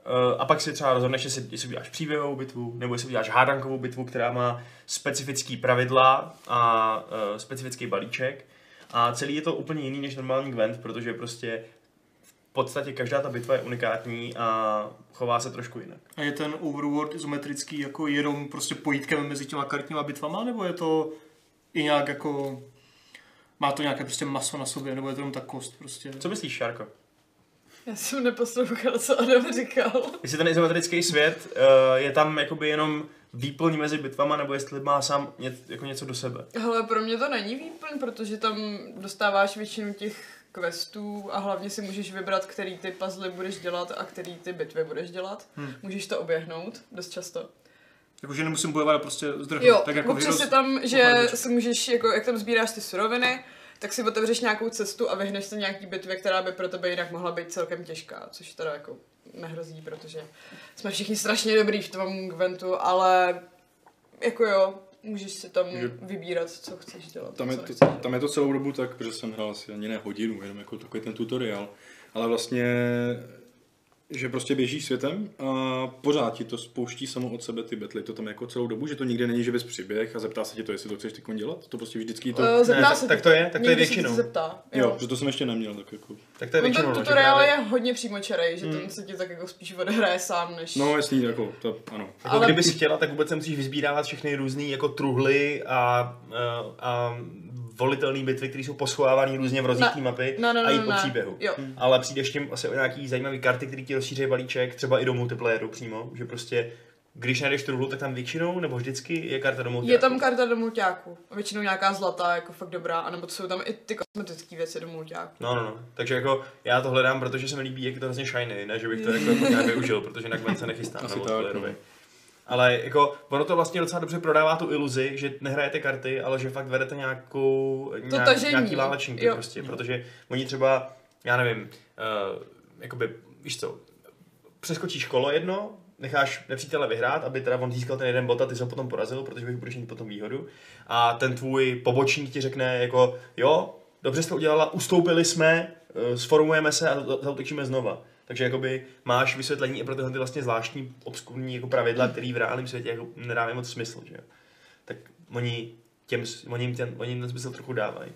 eh, a pak si třeba rozhodneš, jestli, jestli uděláš příběhovou bitvu, nebo jestli uděláš hádankovou bitvu, která má specifický pravidla a eh, specifický balíček. A celý je to úplně jiný než normální Gwent, protože prostě v podstatě každá ta bitva je unikátní a chová se trošku jinak. A je ten overworld izometrický jako jenom prostě pojítkem mezi těma kartníma bitvama, nebo je to i nějak jako... Má to nějaké prostě maso na sobě, nebo je to jenom ta kost prostě. Co myslíš, Šárko? Já jsem neposlouchala, co Adam říkal. Jestli ten izometrický svět uh, je tam jakoby jenom výplň mezi bitvama, nebo jestli má sám ně, jako něco do sebe. Hele, pro mě to není výplň, protože tam dostáváš většinu těch questů a hlavně si můžeš vybrat, který ty puzzle budeš dělat a který ty bitvy budeš dělat. Hmm. Můžeš to oběhnout dost často. Jakože Jako, nemusím bojovat a prostě zdrhnout. Jo, tak jako v občas Heroes- je tam, že Pochádíčku. si můžeš, jako, jak tam sbíráš ty suroviny, tak si otevřeš nějakou cestu a vyhneš se nějaký bitvě, která by pro tebe jinak mohla být celkem těžká, což teda jako nehrozí, protože jsme všichni strašně dobrý v tom Gwentu, ale jako jo, můžeš si tam Že- vybírat, co chceš dělat. Tam co je, nechceš. to, tam je to celou dobu tak, protože jsem hrál asi ani ne hodinu, jenom jako takový ten tutoriál. Ale vlastně že prostě běžíš světem a pořád ti to spouští samo od sebe ty betly, to tam jako celou dobu, že to nikde není, že bys přiběh a zeptá se ti to, jestli to chceš ty dělat, to prostě vždycky to... Eh, Zeptá Ne, se tak to je- tak to je někdy se většinou. to zeptá. Jo, že to jsem ještě neměl, tak jako... Tak to je On ten většinou. Hmm. no, že tutoriál právě- je hodně přímočarej, že ten se ti tak jako spíš odehraje sám, než... No jasný, jako to, ano. Jako Ale- ale... kdyby si chtěla, tak vůbec nemusíš vyzbírávat všechny různé jako truhly a, a, a volitelné bitvy, které jsou poschovávané různě v Ne. rozích té mapy No, no, no, a jít no, po ne. příběhu. Jo. Ale přijdeš tím asi o nějaký zajímavý karty, které ti rozšíří balíček, třeba i do multiplayeru přímo, že prostě když najdeš truhlu, tak tam většinou nebo vždycky je karta do multiplayeru. Je tam karta do mulťáku. A Většinou nějaká zlatá, jako fakt dobrá, anebo to jsou tam i ty kosmetické věci do mulťáku. No, no, no. Takže jako já to hledám, protože se mi líbí, jak je to hrozně shiny, ne, že bych to jako nějak využil, protože na konce nechystám. Asi na tak, no. multiplayerový. Ale jako ono to vlastně docela dobře prodává tu iluzi, že nehrajete karty, ale že fakt vedete nějakou, nějak, tažení. nějaký válečníky Jo. prostě, protože oni třeba, já nevím, uh, jakoby, víš co, přeskočíš kolo jedno, necháš nepřítele vyhrát, aby teda on získal ten jeden bod a ty se ho potom porazil, protože bych budeš mít potom výhodu. A ten tvůj pobočník ti řekne jako, jo, dobře jste udělala, ustoupili jsme, eh, sformujeme se a za- zautočíme znova. Takže jakoby máš vysvětlení i pro tyhle ty vlastně zvláštní obskurní jako pravidla, které v reálném světě jako nedávají moc smysl, že jo. Tak oni, těm, s- oni, jim ten, oni jim ten smysl trochu dávají.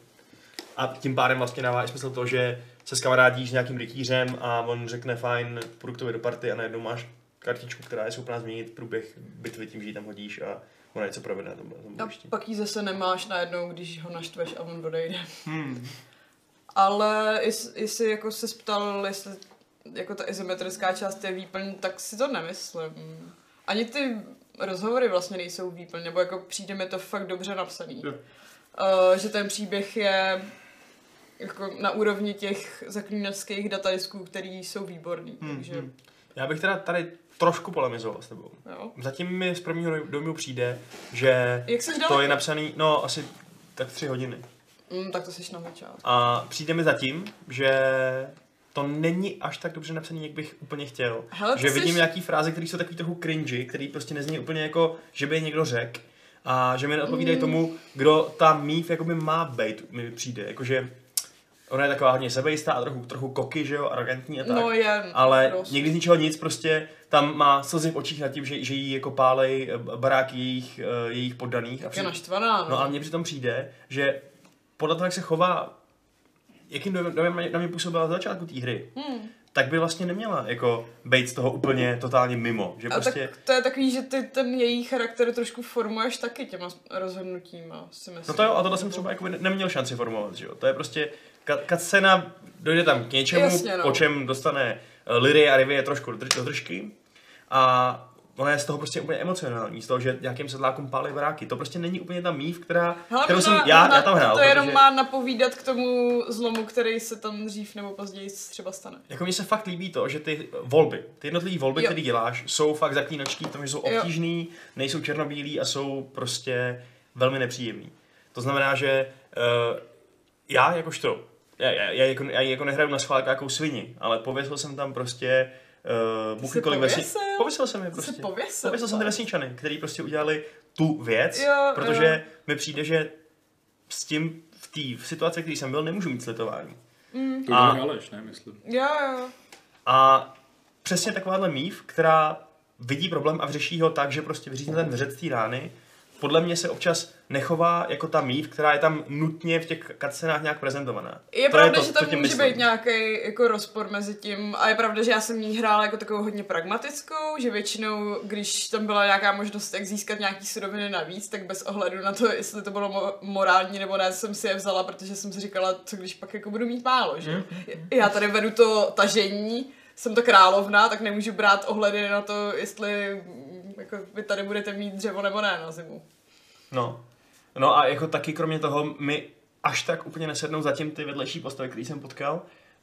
A tím pádem vlastně dává i smysl to, že se skamarádíš s nějakým rytířem a on řekne fajn, půjdu k tobě do party a najednou máš kartičku, která je schopná změnit průběh bitvy tím, že ji tam hodíš a ona něco provede na tom, na tom A bojišti. pak ji zase nemáš najednou, když ho naštveš a on odejde. Ale jest- jestli jako se ptal, jestli jako ta izometrická část je výplň, tak si to nemyslím. Ani ty rozhovory vlastně nejsou výplň, nebo jako přijde mi to fakt dobře napsaný. Jo. Uh, že ten příběh je jako na úrovni těch zaklínačských datadisků, který jsou výborný, takže Já bych teda tady trošku polemizoval s tebou. jo. Zatím mi z prvního dojmu přijde, že Jak jsi to dal? je napsaný, no asi tak tři hodiny. Mm, tak to seš na začátku. A přijde mi zatím, že to není až tak dobře napsaný, jak bych úplně chtěl. Hele, ty že jsi- vidím nějaký fráze, které jsou takový trochu cringy, který prostě nezní úplně jako, že by je někdo řekl. A že mi neodpovídají Mm. tomu, kdo ta mív jakoby má být, mi přijde. Jakože ona je taková hodně sebejistá a trochu, trochu koky, že jo, arrogantní a tak. No je, Ale dost. někdy z ničeho nic prostě tam má slzy v očích nad tím, že, že jí jako pálej eh, baráky jejich, eh, jejich poddaných. A je při- naštvaná, No a mně přitom přijde, že podle toho, jak se chová, jakým dojmem- dojmem na mě- na mě působila na začátku té hry, hmm. tak by vlastně neměla jako být z toho úplně totálně mimo. Že A prostě, tak to je takový, že ty ten její charakter trošku formuješ taky těma rozhodnutíma, si myslím. No to jo, a tohle jsem třeba jako ne- neměl šanci formovat, že jo. To je prostě, ka- kacena dojde tam k něčemu, Jasně, no. po čem dostane eh, Liry a Rivy je trošku do, drž- do držky. A ona je z toho prostě úplně emocionální, z toho, že nějakým sedlákům pálí vráky. To prostě není úplně ta mív, která, Hele, kterou jsem možná- já, možná já tam hrál. To jenom protože- má napovídat k tomu zlomu, který se tam dřív nebo později třeba stane. Jako mně se fakt líbí to, že ty volby, ty jednotlivé volby, Jo. které děláš, jsou fakt zaklínačký v tom, že jsou Jo. obtížný, nejsou černobílí a jsou prostě velmi nepříjemný. To znamená, že uh, já jakožto, já, já, já, jako, já jako nehraju na schválka jako svini, ale pověsil jsem tam prostě uh, buchy jsi kolik vesni... pověsil? Pověsil jsem je Ty prostě. se pověsil. Pověsil jsem ty vesničany, který prostě udělali tu věc, Jo, protože jo. mi přijde, že s tím v té v situaci, v které jsem byl, nemůžu mít slitování. To A- už je Aleš, ne, myslím. Jo, jo. A přesně takováhle mív, která vidí problém a řeší ho tak, že prostě vyřízne ten vřet té rány, podle mě se občas nechová jako ta mív, která je tam nutně v těch cutscenách nějak prezentovaná. Je To pravda, to, co že tam tím může myslím. být nějaký jako rozpor mezi tím a je pravda, že já jsem jí hrála jako takovou hodně pragmatickou, že většinou, když tam byla nějaká možnost, jak získat nějaký suroviny navíc, tak bez ohledu na to, jestli to bylo mo- morální nebo ne, jsem si je vzala, protože jsem si říkala, co když pak jako budu mít málo, Mm, že? jo. Já tady vedu to tažení, jsem to královna, tak nemůžu brát ohledy na to, jestli mm, jako, vy tady budete mít dřevo nebo ne na zimu. No. No a jako taky kromě toho mi až tak úplně nesednou zatím ty vedlejší postavy, který jsem potkal,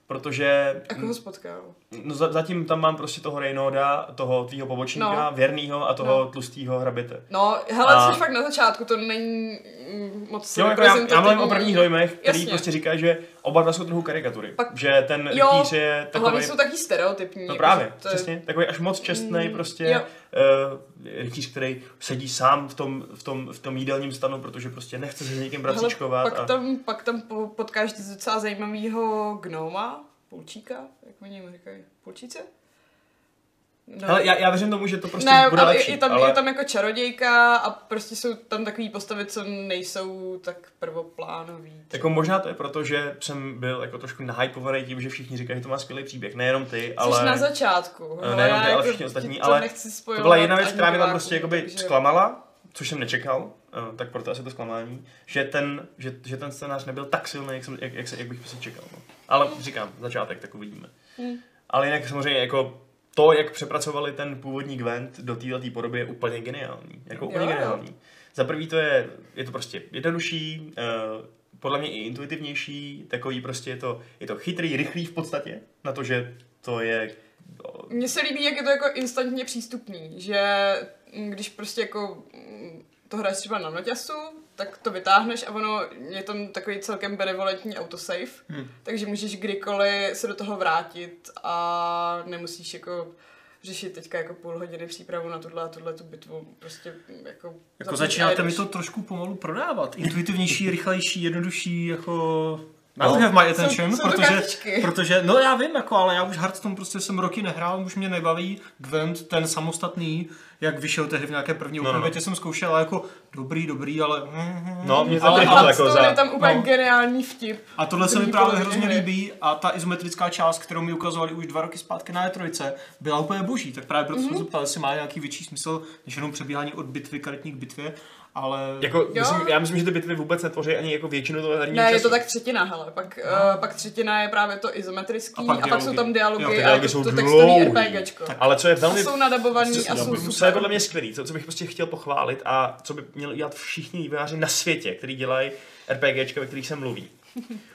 protože Jako ho spotkal. no, za, zatím tam mám prostě toho Reynolda, toho tvýho pobočníka, No. no. věrného a toho No. no. tlustýho hrabite. No, hele, a... A- což fakt na začátku, to není mm, moc Jo, jako já, já mluvím o reprezentativní. prvních dojmech, který Jasně. Jasně. prostě říká, že oba dva jsou trochu karikatury. Pak- Pak, že ten Jo, rytíř je A Hlavně takový... jsou taky stereotypní. No jako, právě, že to to je- přesně. Takový až moc čestný Mm, prostě jo. uh, rytíř, který sedí sám v tom, v, tom, v tom jídelním stanu, protože prostě nechce se s někým Hele, bracičkovat. Pak A... tam, pak tam po- potkáš docela zajímavého gnoma, půlčíka, jak oni jim říkají, půlčíce? No. Hele, já, já věřím tomu, že to prostě ne, bude ale lepší, je, tam, ale je tam jako čarodějka a prostě jsou tam takové postavy, co nejsou tak prvoplánový. jako možná to je proto, že jsem byl jako trošku nahypovaný tím, že všichni říkají, že to má skvělý příběh, nejenom ty, Což ale... na začátku. Eh, no, nejenom já ty, ale jako všichni ostatní, ti ale nechci To byla jedna spojovat věc, ani která mě tam divákům, prostě jakoby takže- zklamala, což jsem nečekal, eh, tak proto asi to zklamání, že ten, že, že ten scénář nebyl tak silný, jak, jsem, jak, jak, se, jak bych si čekal. No. Ale Mm. říkám, začátek, tak uvidíme. Ale jinak samozřejmě jako to, jak přepracovali ten původní Gwent do této podoby, je úplně geniální. Jako úplně Jo, jo. geniální. Za prvý to je, je to prostě jednodušší, eh, podle mě i intuitivnější, takový prostě je to, je to chytrý, rychlý v podstatě, na to, že to je Mně se líbí, jak je to jako instantně přístupný, že mm, když prostě jako mm, to hraješ třeba na noťasu, tak to vytáhneš a ono je tam takový celkem benevolentní autosave, hmm. takže můžeš kdykoliv se do toho vrátit a nemusíš jako řešit teďka jako půl hodiny přípravu na tuhle a tuhle tu bitvu. Prostě mm, jako... Jako zapneš a začínáte mi jedeš. to trošku pomalu prodávat. Intuitivnější, rychlejší, jednodušší, jako... No, have my attention, Jsou- jsou to protože, kartičky. protože, no já vím, jako, ale já už Hearthstone prostě jsem roky nehrál, už mě nebaví Gwent, ten samostatný, jak vyšel tehdy v nějaké první no, no. jsem zkoušel, ale jako dobrý, dobrý, ale... No, mě to Ale taky bylo jako Hearthstone je za... tam úplně no. no. geniální vtip. A tohle se mi První právě poloviny hrozně hry. líbí a ta izometrická část, kterou mi ukazovali už dva roky zpátky na E3, byla úplně boží, tak právě proto mm-hmm. jsem se ptal, jestli má nějaký větší smysl, než jenom přebíhání od bitvy karetní k bitvě, ale... Jako, myslím- já myslím, že ty bitvy vůbec netvoří ani jako většinu toho herního Ne, je to tak třetina, hele. Pak, uh, pak třetina je právě to izometrický A a pak pak, a pak dialogy. jsou tam dialogy, Jo, ty a No. dialogy je jsou to, to textový dlouhý. RPGčko. Ale co je A velmi... jsou nadabovaný a jsou Co je super. podle mě skvělý, co, co bych prostě chtěl pochválit a co by měli dělat všichni vývojáři na světě, který dělají RPGčka, ve kterých se mluví.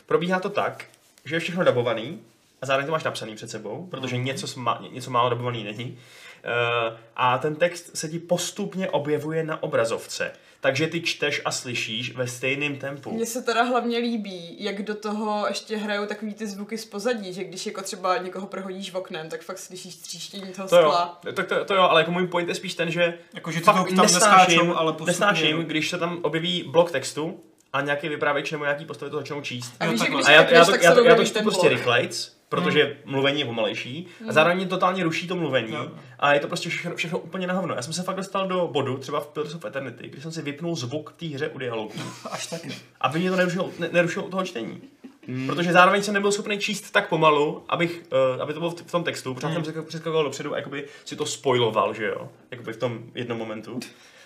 Probíhá to tak, že je všechno dabovaný a zároveň to máš napsaný před sebou, protože Mhm. něco, sma, něco málo dabovaný není. Eh, a ten text se ti postupně objevuje na obrazovce. Takže ty čteš a slyšíš ve stejném tempu. Mně se teda hlavně líbí, jak do toho ještě hrajou takový ty zvuky z pozadí, že když jako třeba někoho prohodíš oknem, tak fakt slyšíš tříštění toho To jo, skla. to, to, to jo, ale jako můj point je spíš ten, že Jako, že ty fakt to tam neskáčou, ale postupně- nesnáším, když se tam objeví blok textu a nějaký vypravěč nebo nějaký postavy to začnou číst. A Jo, víš, že takhle. když A já, tak já, jdeš, to, tak já, se to, já to objevíš čtu ten prostě blok. Hmm. rychlejc, protože mluvení je pomalejší a zároveň mě totálně ruší to mluvení a je to prostě všechno, všechno úplně na hovno. Já jsem se fakt dostal do bodu, třeba v Pillars of Eternity, kdy jsem si vypnul zvuk v té hře u dialogu, Až taky. aby mě to nerušilo, ne, nerušilo u toho čtení. Hmm. Protože zároveň jsem nebyl schopný číst tak pomalu, abych, uh, aby to bylo v, t- v tom textu, protože Hmm. jsem přeska- přeskakoval dopředu a jakoby si to spoiloval, že jo, jakoby v tom jednom momentu.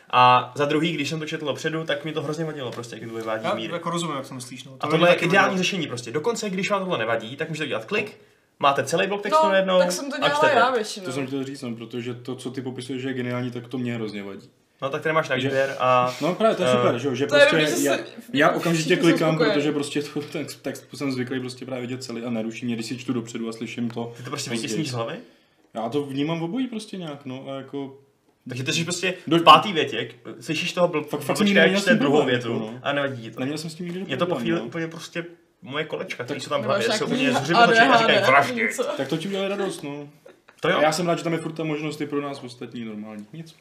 A za druhý, když jsem to četl dopředu, tak mi to hrozně vadilo prostě, jak mi to vyvádí No, Já míry. jako rozumím, jak to myslíš. No. A To tohle je taky ideální dobré. řešení prostě. Dokonce, když vám tohle nevadí, tak můžete udělat klik, máte celý blok textu No, najednou tak jsem to a dělala čtete. já většinou. To jsem chtěl říct, no, protože to, co ty popisuješ, že je geniální, tak to mě hrozně vadí. No tak tady máš na výběr a... No právě, to je Eh, super, že, jo, že to je prostě dobrý, že já, se- já okamžitě všichni jsou klikám, spokojeni. protože prostě to, ten text jsem zvyklý prostě právě vidět celý a neruší mě, když si čtu dopředu a slyším to. Ty to prostě vytěsníš z hlavy? Já to vnímám obojí prostě nějak, no a jako... Takže ty jsi prostě Do- v pátý větě, k- slyšíš toho bl- No, fakt jsem blbočka, nikdy jak neměl čte s tím druhou problém, větu no. a nevadí ti to. Neměl jsem s tím nikdy Je to po problém, chvíli no. úplně no, prostě moje kolečka, které jsou tam v Nebo hlavě, až jsou nějaký úplně zhřivotočí a ADHD, říkají vraždě. něco. Tak to ti udělá radost, no. To A jo. já jsem rád, že tam je furt ta možnost i pro nás ostatní normální. Nic.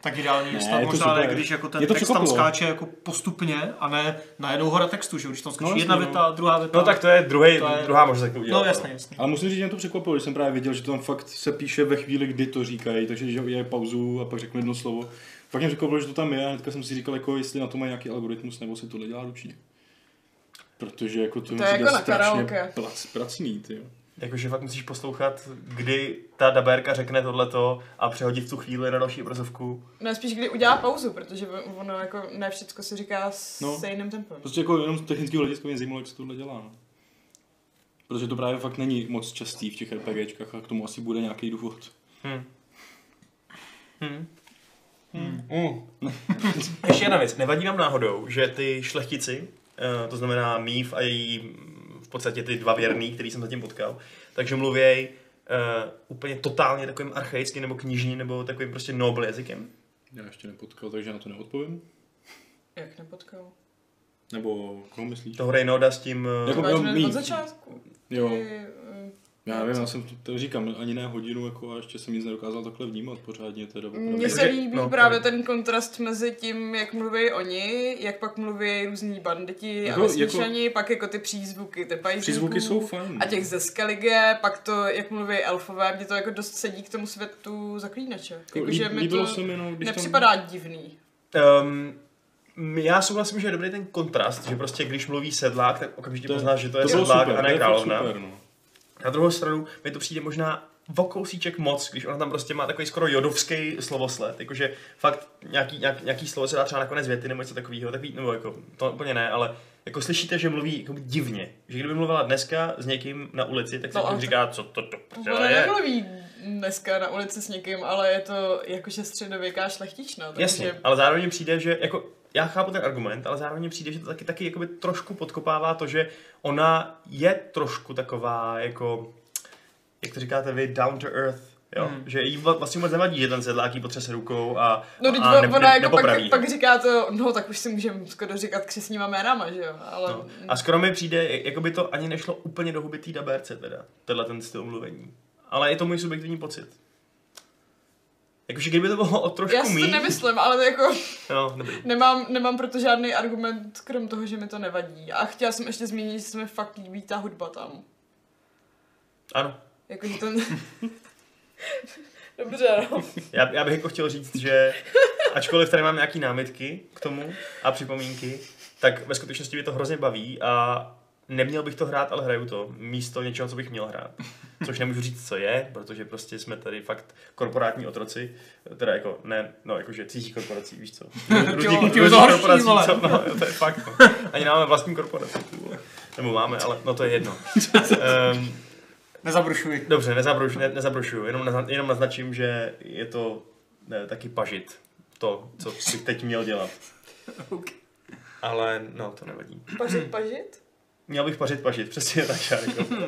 Tak ideální Ne, ne, je stav to možná ne, super. když jako Mě ten to text tam překvapilo. skáče jako postupně a ne najednou hora textu, že jo, když tam skočí No, no, jasně, jedna no. věta, druhá věta. No tak to je, druhý, To je- druhá možnost, jak to udělat. no jasně, jasně. Ale musím říct, že mě to překvapilo, když jsem právě viděl, že to tam fakt se píše ve chvíli, kdy to říkají, takže že je pauzu a pak řeknu jedno slovo. Fakt mě překvapilo, že to tam je a hnedka jsem si říkal, jako jestli na to má nějaký algoritmus, nebo se tohle dělá ručně. Protože jako to, To je jako na karaoke. plac, pracný, ty jo. Jakože fakt musíš poslouchat, kdy ta dabérka řekne tohleto a přehodit v tu chvíli na další obrazovku. Ne, spíš kdy udělá pauzu, protože ono jako ne všecko se říká s No. no. stejným tempem. Prostě jako jenom z technického hlediska mě zajímalo, jak se tohle dělá. No. Protože to právě fakt není moc častý v těch RPGčkách a k tomu asi bude nějaký důvod. Mm. Ještě jedna věc. Nevadí nám náhodou, že ty šlechtici, eh, to znamená Mív a její mm, v podstatě ty dva věrný, který jsem zatím potkal, takže mluvěj eh, úplně totálně takovým archaickým nebo knižním nebo takovým prostě noble jazykem. Já ještě nepotkal, takže na to neodpovím. Jak nepotkal? Nebo koho myslíš? Toho Reynolda s tím... eh, Jako To byl bylo mý. Hmm, od začátku. Jo. Ty, eh, Já nevím, já jsem to, to říkám ani ne hodinu jako a ještě jsem nic nedokázal takhle vnímat pořádně teda. Mně se líbí no, právě ten kontrast mezi tím, jak mluví oni, jak pak mluví různí banditi Jako- a vesničani, jako, pak jako ty přízvuky, ty pajzíků. Přízvuky jsou fajn. A těch ze Skellige, pak to, jak mluví elfové, mě to jako dost sedí k tomu světu zaklínače. Jako, že mi líbilo to se mi, no, když nepřipadá divný. Um, já souhlasím, že je dobrý ten kontrast, že prostě když mluví sedlák, tak okamžitě poznáš, že to je tam, to bylo sedlák super, a to ne je fakt královna. super, no. Na druhou stranu mi to přijde možná o kousíček moc, když ona tam prostě má takový skoro jodovský slovosled, jakože fakt nějaký, nějak, nějaký slovo se dá třeba nakonec věty nebo něco takového, takový, nebo jako, to úplně ne, ale jako slyšíte, že mluví jako divně, že kdyby mluvila dneska s někým na ulici, tak se No a- jako no, říká, co to do Ona prdele je. nemluví dneska na ulici s někým, ale je to jakože středověká šlechtična. Takže Jasně, ale zároveň mi přijde, že jako já chápu ten argument, ale zároveň mi přijde, že to taky, taky jakoby trošku podkopává to, že ona je trošku taková jako, jak to říkáte vy, down to earth. Jo, hmm. že jí vla- vlastně moc nevadí, že ten sedlák jí potřese rukou a, No, teď a a ne, ona ne, jako pak, nepopraví. pak, říká to, no tak už si můžeme skoro říkat křesníma jménama, že jo, ale... No. A skoro mi přijde, jako by to ani nešlo úplně do huby té daberce teda, tenhle ten styl mluvení. Ale je to můj subjektivní pocit. Jakože kdyby to bylo o trošku Já si to míň, nemyslím, ale jako no, dobrý. nemám, nemám proto žádný argument, krom toho, že mi to nevadí. A chtěla jsem ještě zmínit, že se mi fakt líbí ta hudba tam. Jako, Ano, Jakože ten... Dobře, no. Já, já bych jako chtěl říct, že ačkoliv tady mám nějaký námitky k tomu a připomínky, tak ve skutečnosti mě to hrozně baví a neměl bych to hrát, ale hraju to místo něčeho, co bych měl hrát. Což nemůžu říct, co je, protože prostě jsme tady fakt korporátní otroci, teda jako ne, no jakože cizí korporací, víš co. Různých- to různých horší, vole. co, no, to je fakt. No. Ani nemáme vlastní korporaci. ty vole. Nebo máme, ale no to je jedno. Um, Nezabrušuji. Dobře, nezabruš, ne, nezabrušuju, jenom, nazna, jenom naznačím, že je to ne, taky pažit, to, co bych teď měl dělat. Ok. Ale no, to nevadí. Pažit, pažit? Měl bych pařit, pažit, přesně tak, já řekl. uh,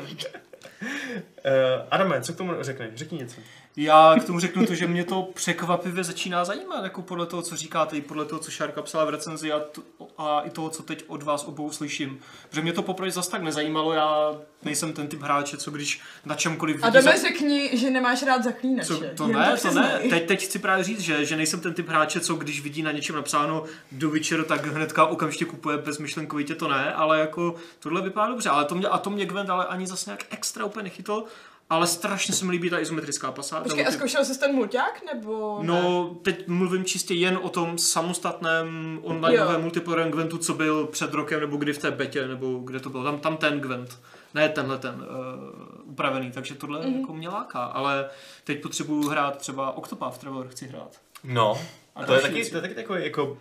Adame, co k tomu řekneš? Řekni něco. Já k tomu řeknu to, že mě to překvapivě začíná zajímat, jako podle toho, co říkáte, i podle toho, co Šárka psala v recenzi a, t- a i toho, co teď od vás obou slyším. Protože mě to poprvé zas tak nezajímalo, já nejsem ten typ hráče, co když na čemkoliv A vidí za- dome řekni, že nemáš rád zaklínače. Co, to Jen ne, to, ne. přiznej. Teď, teď chci právě říct, že, že nejsem ten typ hráče, co když vidí na něčem napsáno do Witcher, tak hnedka okamžitě kupuje bezmyšlenkovitě, to ne, ale jako tohle vypadá dobře. Ale to mě, a to mě Gwent ale ani zase nějak extra úplně nechytl, ale strašně se mi líbí ta izometrická pasáž. Počkej, a zkoušel jsi ten mulťák, nebo ne? No, teď mluvím čistě jen o tom samostatném onlineovém Jo. multiplayerovém Gwentu, co byl před rokem, nebo kdy v té betě, nebo kde to bylo. Tam, tam ten Gwent, ne tenhle ten uh, upravený, takže tohle Mhm. mm-hmm. jako mě láká, ale teď potřebuju hrát třeba Octopath Traveler, chci hrát. No, A to je, další taky, věci. to je taky takový jako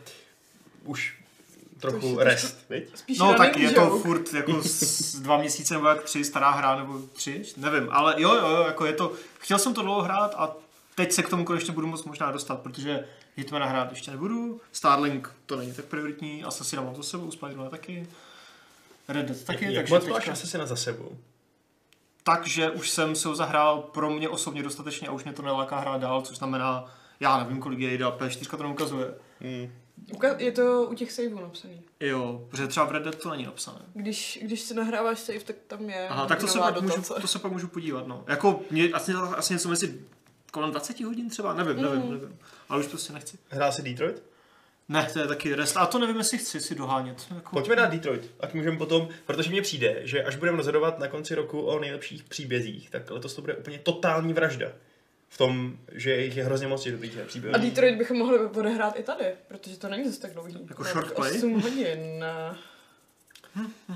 už To už je trochu trošku- rest, viď? Spíš No tak running je to joke. furt jako s dva měsíce nebo jak tři, stará hra nebo tři, nevím, ale jo, jo, jo, jako je to, chtěl jsem to dlouho hrát a teď se k tomu konečně budu moc možná dostat, protože Hitmana hrát ještě nebudu, Starlink to není tak prioritní, Assassina mám za sebou, Spidermana taky, Red Dead taky, Jak takže, moc máš teďka, Assassina za sebou? takže už jsem se ho zahrál pro mě osobně dostatečně a už mě to neláká hrát dál, což znamená, já nevím, kolik je jde, P4 to neukazuje. Uka- Je to u těch saveů napsaný. Jo, protože třeba v Red Dead to není napsané. Když, když se nahráváš save, tak tam je Aha, tak to se, hodinová pak můžu, dotace. to se pak můžu podívat, no. Jako mě, asi, asi něco mezi kolem 20 hodin třeba, nevím, nevím, Mhm. mm. nevím. Ale už prostě nechci. Hrál si Detroit? Ne, to je taky rest. A to nevím, jestli chci si dohánět. Jako... Pojďme na Detroit, ať můžeme potom, protože mně přijde, že až budeme rozhodovat na konci roku o nejlepších příbězích, tak letos to bude úplně totální vražda. V tom, že jich je hrozně moc jednotlivých A příběhů. Detroit bychom mohli odehrát i tady, protože to není zase tak dlouhý. Jako short play? 8 hodin. eh,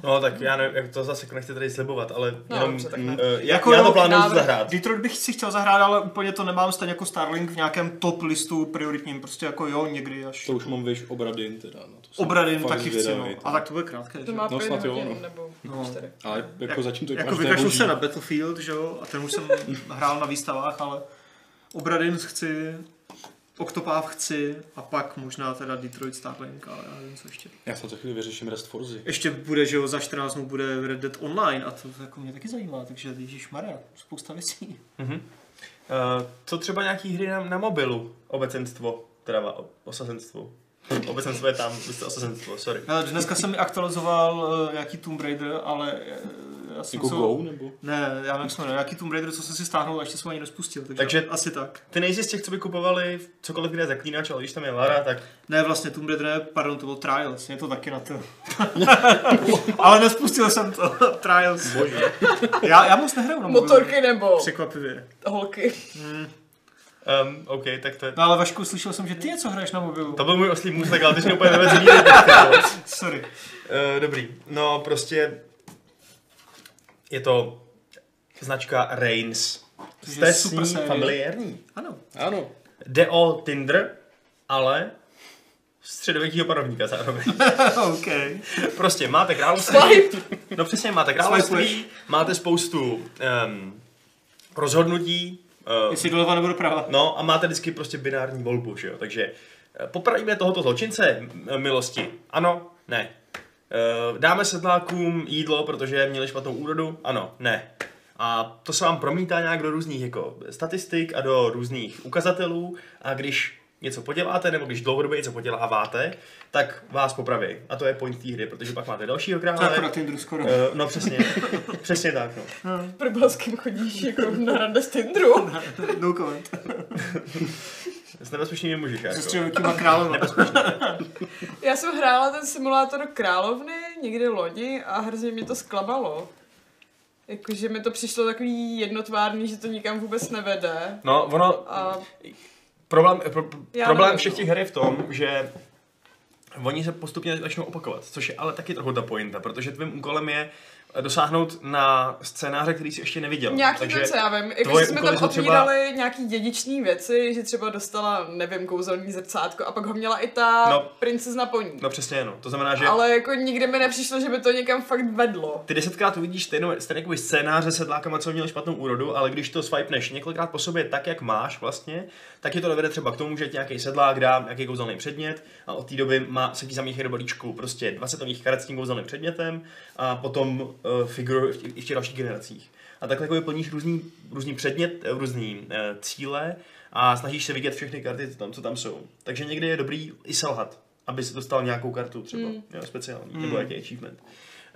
No tak já nevím, jak to zase jako nechci tady slibovat, ale No, jenom, dobře, tak mm, ne. eh, já, Jako já to jenom plánuju návrh. zahrát. Eh, Detroit bych si chtěl zahrát, ale úplně to nemám stejně jako Starlink v nějakém top listu prioritním. Prostě jako jo, někdy až To už mám vyš obradin teda. No, to jsem obradím fakt taky chci. No. zvědavý, A tak to bude krátké. To že? má No, 5 snad jo, hodin, no. nebo No. 4. Ale jako zatím to Jako každé vykašlu boží. se na Battlefield, že jo, a ten už jsem hrál na výstavách, ale Obradin chci, Octopáv chci a pak možná teda Detroit Starlink, ale já nevím, co ještě. Já se za chvíli vyřeším Rest Forzy. Ještě bude, že jo, za 14 dnů bude Red Dead Online a to jako mě taky zajímá, takže Ježíš Maria, spousta věcí. Eh, co třeba nějaký hry na, na mobilu? Obecenstvo, teda va- o- osazenstvo. Obecenstvo je tam, vy jste osazenstvo, sorry. Hele, Dneska jsem mi aktualizoval eh, nějaký Tomb Raider, ale eh, já jsem Jako musel- Go nebo? Ne, já nevím, co jmenuje, nějaký Tomb Raider, co jsem si stáhnul a ještě jsem ho ani nespustil, takže, Takže- asi tak. Ty nejsi z těch, co by kupovali cokoliv, kde je zaklínač, ale když tam je Lara, tak Ne, vlastně Tomb Raider, ne, pardon, to byl Trials, mě to taky na to. Ale nespustil jsem to, Trials. Bože. Já, já moc nehraju na mobilu. Motorky nebo Překvapivě. holky. um, OK, tak to je... No ale Vašku, slyšel jsem, že ty něco hraješ na mobilu. To byl můj oslý můstek, ale ty jsi mě úplně nevedl uh, Sorry. Dobrý, no prostě je to značka Reigns. Což Jste je s super ní série. familiární. Ano. Ano. Jde o Tinder, ale středověkýho panovníka zároveň. OK. prostě máte království, Swipe! no přesně, máte království, máte spoustu um, rozhodnutí, eh, Jestli doleva nebo doprava. No a máte vždycky prostě binární volbu, že jo? Takže eh, popravíme tohoto zločince m- milosti. Ano, ne. Eh, Dáme sedlákům jídlo, protože měli špatnou úrodu? Ano, ne. A to se vám promítá nějak do různých jako statistik a do různých ukazatelů a když něco poděláte, nebo když dlouhodobě něco poděláváte, tak vás popraví. A to je point té hry, protože pak máte dalšího To je krále. jako na Tinderu skoro. Eh, no přesně, přesně tak. No. Prbalským chodíš jako na rande z Tindru. no comment. S nebezpečnými muži, Se jako. střelnutýma králem. Já jsem hrála ten simulátor královny někdy loni a hrozně mě to zklamalo. Jakože mi to přišlo takový jednotvárný, že to nikam vůbec nevede. No, ono, A Problém, pro, Já problém nevím, všech no. těch her je v tom, že oni se postupně začnou opakovat, což je ale taky trochu ta pointa, protože tvým úkolem je dosáhnout na scénáře, který jsi ještě neviděl. Nějaký Takže ten, co já vím. Jako, tvoje že jsme úkoly tam jsou třeba- otvírali třeba... nějaký dědičný věci, že třeba dostala, nevím, kouzelný zrcátko a pak ho měla i ta No. no. princezna po ní. No přesně, no. To znamená, že ale... Ale jako nikdy mi nepřišlo, že by to někam fakt vedlo. ty desetkrát uvidíš jako stejnou, stejný jakoby scénáře sedlákama, co měli špatnou úrodu, ale když to swipeneš několikrát po sobě tak, jak máš vlastně, tak je to dovede třeba k tomu, že ti nějaký sedlák dá nějaký kouzelný předmět a od té doby má, se ti zamíchají do balíčku prostě 20 nových karet s tím kouzelným předmětem a potom uh, figuruje v těch- i v těch dalších generacích. A takhle jako plníš různý, různý předmět, eh, různý eh, cíle a snažíš se vidět všechny karty, co tam, co tam jsou. Takže někdy je dobrý i selhat, aby si dostal nějakou kartu třeba, mm. jo, speciální, mm. nebo jaký achievement.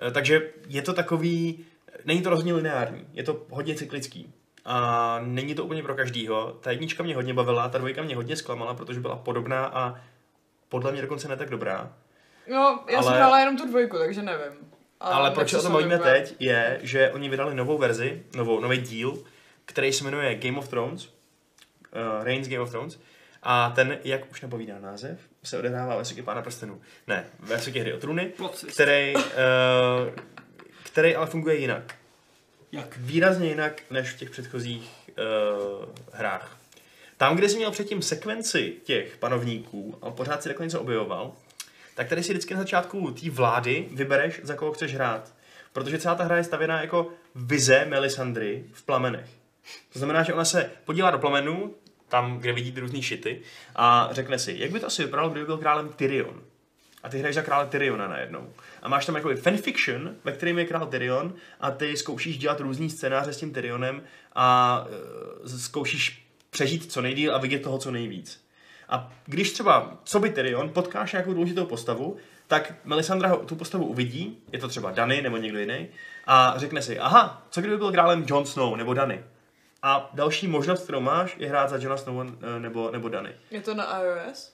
Eh, Takže je to takový, není to rozhodně lineární, je to hodně cyklický. A není to úplně pro každýho. Ta jednička mě hodně bavila, ta dvojka mě hodně zklamala, protože byla podobná a podle mě dokonce ne tak dobrá. No, já ale... jsem Ale- hrála jenom tu dvojku, takže nevím. A Ale proč se o tom nepřišlo bavíme mi vůbec. teď, je, že oni vydali novou verzi, novou, nový díl, který se jmenuje Game of Thrones, uh, Reigns Game of Thrones, a ten, jak už napovídá název, se odehrává ve Sokě Pána prstenů. Ne, ve Sokě hry o trůny, který, uh, který ale funguje jinak. Jak? Výrazně jinak než v těch předchozích uh, hrách. Tam, kde jsi měl předtím sekvenci těch panovníků a pořád si takhle něco objevoval, tak tady si vždycky na začátku té vlády vybereš, za koho chceš hrát. Protože celá ta hra je stavěná jako vize Melisandry v plamenech. To znamená, že ona se podívá do plamenů, tam, kde vidí ty různý šity, a řekne si, jak by to asi vypadalo, kdyby byl králem Tyrion. A ty hraješ za krále Tyriona najednou. A máš tam jakoby fanfiction, ve kterém je král Tyrion a ty zkoušíš dělat různý scénáře s tím Tyrionem a eh, zkoušíš přežít co nejdíl a vidět toho co nejvíc. A když třeba, co by Tyrion, potkáš nějakou důležitou postavu, tak Melisandra ho- tu postavu uvidí, je to třeba Dany nebo někdo jiný, a řekne si, aha, co kdyby byl králem Jon Snow nebo Dany? A další možnost, kterou máš, je hrát za Jona Snow nebo, nebo Dany. Je to na iOS?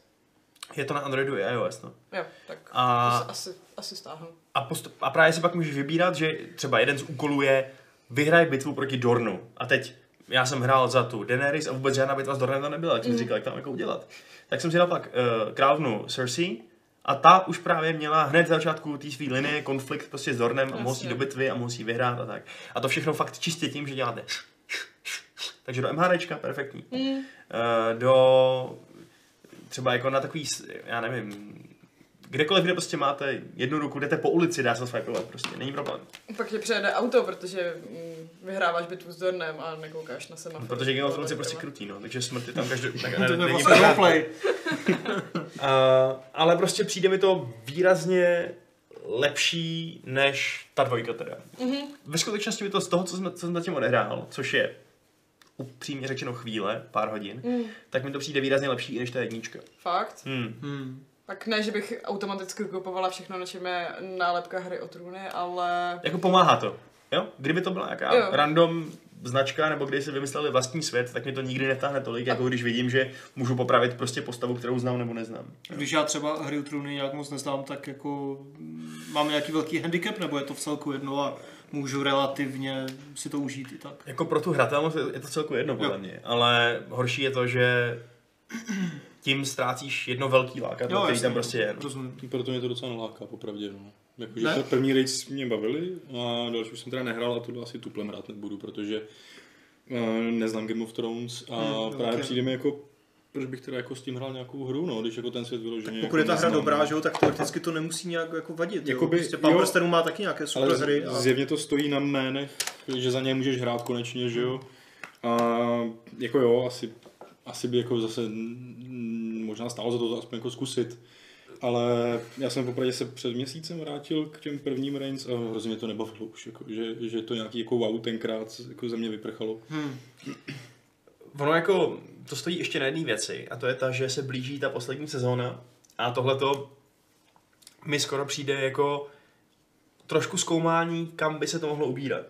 Je to na Androidu i iOS, no. Jo, tak A- a... to se asi, asi stáhnu. A, postup, a právě si pak můžeš vybírat, že třeba jeden z úkolů je vyhraj bitvu proti Dornu. A teď já jsem hrál za tu Daenerys a vůbec žádná bitva s Dornem tam nebyla, jak jsem říkal, jak tam jako udělat. Tak jsem si dal pak uh, královnu Cersei a ta už právě měla hned za začátku té své linie konflikt prostě s Dornem a musí Jasně. do bitvy a musí vyhrát a tak. A to všechno fakt čistě tím, že děláte takže do MHDčka, perfektní. Mm. Do třeba jako na takový, s- já nevím, kdekoliv, kde prostě máte jednu ruku, jdete po ulici, dá se swipovat prostě, není problém. Pak tě přejede auto, protože mm, vyhráváš bitvu s Dornem a nekoukáš na semafor. Protože Game of Thrones je prostě krutý, no, takže smrt je tam každou... Tak, ne, To je není vlastně problém. roleplay. Uh, ale prostě přijde mi to výrazně lepší než ta dvojka teda. Mhm. Mm-hmm. Ve skutečnosti mi to z toho, co jsem, co jsem zatím odehrál, což je upřímně řečeno chvíle, pár hodin, Mhm. mm. tak mi to přijde výrazně lepší i než ta jednička. Fakt? Hmm. Tak ne, že bych automaticky kupovala všechno, na čem je nálepka hry o trůny, ale Jako pomáhá to. Jo? Kdyby to byla nějaká Jo. random značka, nebo když si vymysleli vlastní svět, tak mě to nikdy netáhne tolik, jako když vidím, že můžu popravit prostě postavu, kterou znám nebo neznám. Když já třeba hry o trůny nějak moc neznám, tak jako mm, mám nějaký velký handicap, nebo je to v celku jedno a můžu relativně si to užít i tak. Jako pro tu hratelnost je- je to celku jedno, podle mě, ale horší je to, že tím ztrácíš jedno velký lákadlo, Jo, který jasně. tam prostě je. no. Rozumím. Proto mě to docela naláká, popravdě. No. Jakože Ne? ta první race mě bavily a další už jsem teda nehrál a tuhle asi tuplem rád nebudu, protože eh, neznám Game of Thrones a Hmm, právě ok. přijde mi jako proč bych teda jako s tím hrál nějakou hru, no, když jako ten svět vyloženě... Pokud je jako ta hra neznám. dobrá, že jo, tak teoreticky to nemusí nějak jako vadit. jo. Jakoby, prostě Pán jo, prstenů má taky nějaké super Ale hry. z, A... zjevně to stojí na jménech, že za ně můžeš hrát konečně, že jo. A jako jo, asi, asi by jako zase mm, možná stálo za to, to aspoň jako zkusit. Ale já jsem popravdě se před měsícem vrátil k těm prvním Reigns a hrozně mě to nebavilo už, jako, že, že to nějaký jako wow tenkrát jako ze mě vyprchalo. Ono jako, to stojí ještě na jedné věci a to je ta, že se blíží ta poslední sezóna a tohleto mi skoro přijde jako trošku zkoumání, kam by se to mohlo ubírat.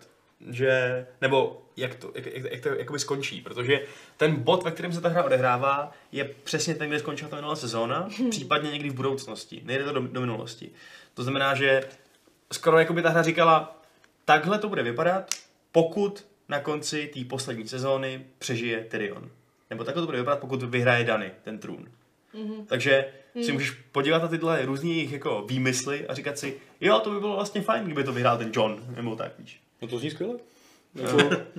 Že, nebo jak to, jak, jak, jak to jakoby skončí, protože ten bod, ve kterém se ta hra odehrává, je přesně ten, kde skončila ta minulá sezóna, případně někdy v budoucnosti, nejde to do, do minulosti. To znamená, že skoro jako by ta hra říkala, takhle to bude vypadat, pokud na konci té poslední sezóny přežije Tyrion. Nebo takhle to bude vypadat, pokud vyhraje Dany ten trůn. Mm-hmm. Takže Hmm. si můžeš podívat na tyhle různé jejich jako výmysly a říkat si, jo, to by bylo vlastně fajn, kdyby to vyhrál ten John, nebo tak, víš. Jako, No to zní skvěle.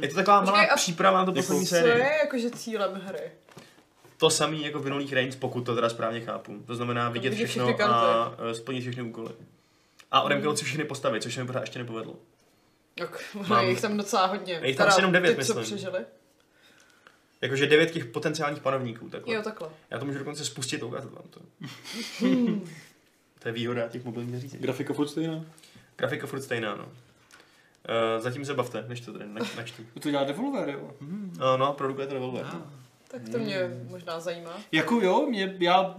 Je to taková malá Počkej, a příprava na tu poslední Co sérii. je jakože cílem hry? To samé jako v minulých range, pokud to teda správně chápu. To znamená vidět vidět všechno všechny Hmm. a eh, splnit všechny úkoly. A odemknout si všechny postavy, což se mi pořád ještě nepovedlo. Tak, ono Mám- je jich tam docela hodně. Je jich tam asi jenom devět, ty, co myslím. přežili? Jakože devět těch potenciálních panovníků, takhle. Jo, takhle. Já to můžu dokonce spustit, ukázat vám to. Hmm. to je výhoda těch mobilních zařízení. Grafika furt stejná. Grafika furt stejná, no. Uh, zatím se bavte, než to tady nač- načtu. To dělá Devolver, jo. Uh, no, produkuje to Revolver. No. Ah. Tak to mě Hmm. možná zajímá. Jako jo, mě, já